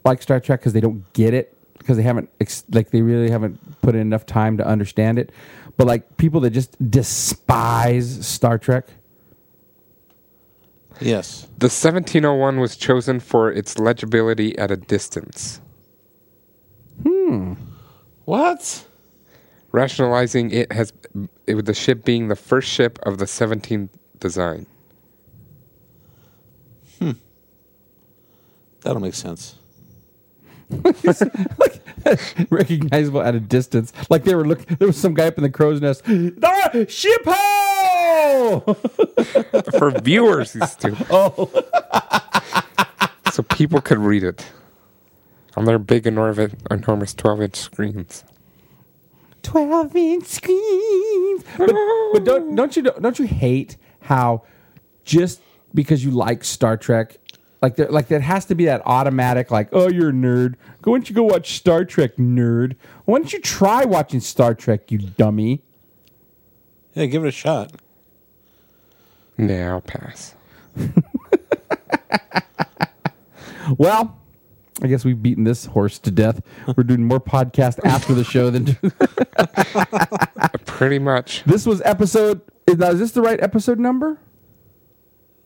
like Star Trek because they don't get it because they haven't ex- like they really haven't put in enough time to understand it but like people that just despise Star Trek <laughs>
Yes.
The 1701 was chosen for its legibility at a distance.
Hmm.
What?
Rationalizing it has it, with the ship being the first ship of the 17th design.
That'll make sense.
recognizable at a distance like they were look there was some guy up in the crow's nest ah, ship ho <laughs>
for viewers he's stupid.
oh
so people could read it on their big enormous, enormous 12-inch screens.
12 inch screens. But, but don't don't you don't you hate how just because you like Star Trek, like there like there has to be that automatic like, oh you're a nerd. Go why don't you go watch Star Trek, nerd? Why don't you try watching Star Trek, you dummy?
Yeah, give it a shot.
Now pass.
Well, I guess we've beaten this horse to death. We're doing more podcast after the show than <laughs>
Pretty much.
This was episode is, now, is this the right episode number? <laughs>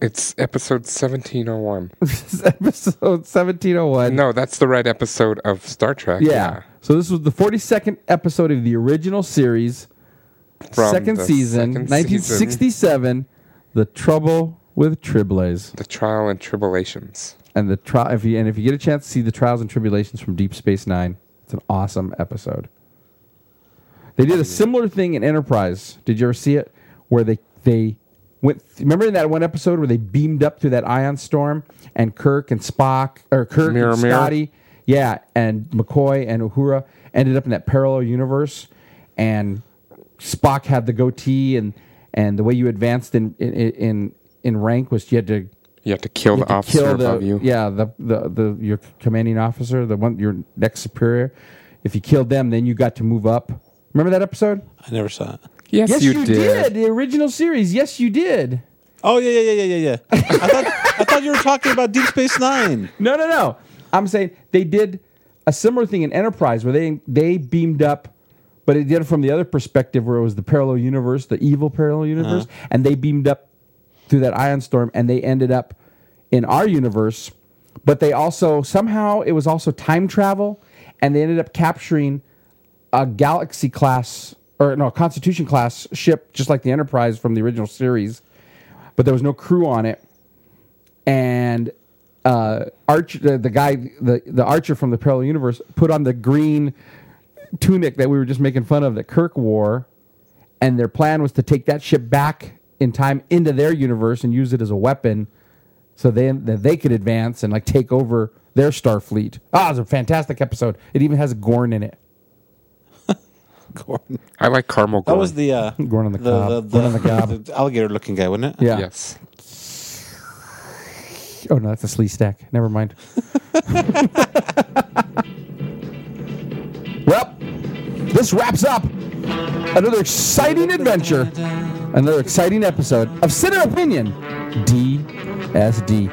It's episode 1701.
episode 1701.
No, that's the right episode of Star Trek.
Yeah. So this was the 42nd episode of the original series,
From
second
the
season,
second
1967. The Trouble with Tribbles.
The Trial and Tribulations.
And the tri- if you and if you get a chance to see the trials and tribulations from Deep Space Nine, it's an awesome episode. They did a similar thing in Enterprise. Did you ever see it? Where they they went. remember in that one episode where they beamed up through that ion storm and Kirk and Spock or Kirk
Mirror,
and
mirror.
Scotty, yeah, and McCoy and Uhura ended up in that parallel universe, and Spock had the goatee and and the way you advanced in in in, in rank was you had to
You have to kill
you
the
had to
officer
kill the-
above you.
Yeah, the, the the your commanding officer, the one your next superior. If you killed them, then you got to move up. Remember that episode?
I never saw it.
Yes,
you, did. The original series. Yes, you did.
Oh yeah, yeah, yeah, yeah, yeah. yeah. I thought I thought you were talking about Deep Space Nine.
No, no, no. I'm saying they did a similar thing in Enterprise where they they beamed up, but it did it from the other perspective where it was the parallel universe, the evil parallel universe,
Uh-huh.
and they beamed up through that ion storm and they ended up in our universe. But they also somehow it was also time travel, and they ended up capturing a galaxy class or no a constitution class ship just like the enterprise from the original series but there was no crew on it and uh archer the, the guy the, the archer from the parallel universe put on the green tunic that we were just making fun of that kirk wore and their plan was to take that ship back in time into their universe and use it as a weapon so then that they could advance and like take over their starfleet ah it's a fantastic episode it even has gorn in it
I like caramel
That
corn.
was the
<laughs>
uh,
Gorn on the cob.
the,
Gorn on the cob.
alligator looking guy, wasn't it?
Yeah.
Yes.
Oh no, that's a slee stack. Never mind. well, this wraps up another exciting adventure, another exciting episode of Cinema Opinion DSD.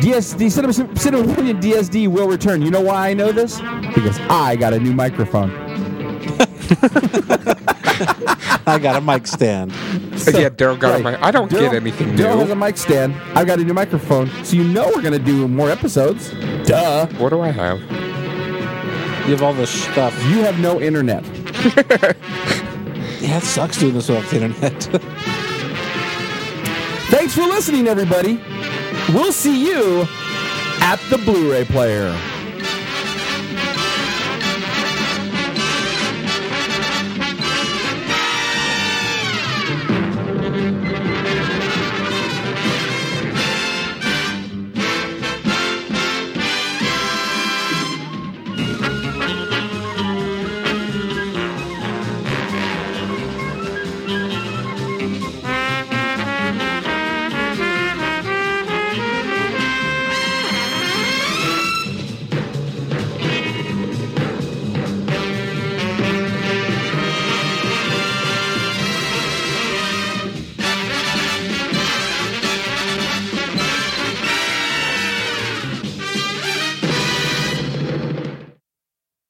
DSD Cinema, Cinema Opinion DSD will return. You know why I know this? Because I got a new microphone.
I got a mic stand.
Uh, yeah, Daryl got a mic- I don't get anything
Daryl
new.
has a mic stand. I've got a new microphone, so you know we're gonna do more episodes. Duh.
What do I have?
You have all this stuff.
You have no internet.
Yeah, it sucks doing this off the internet. <laughs>
Thanks for listening, everybody. We'll see you at the Blu ray player.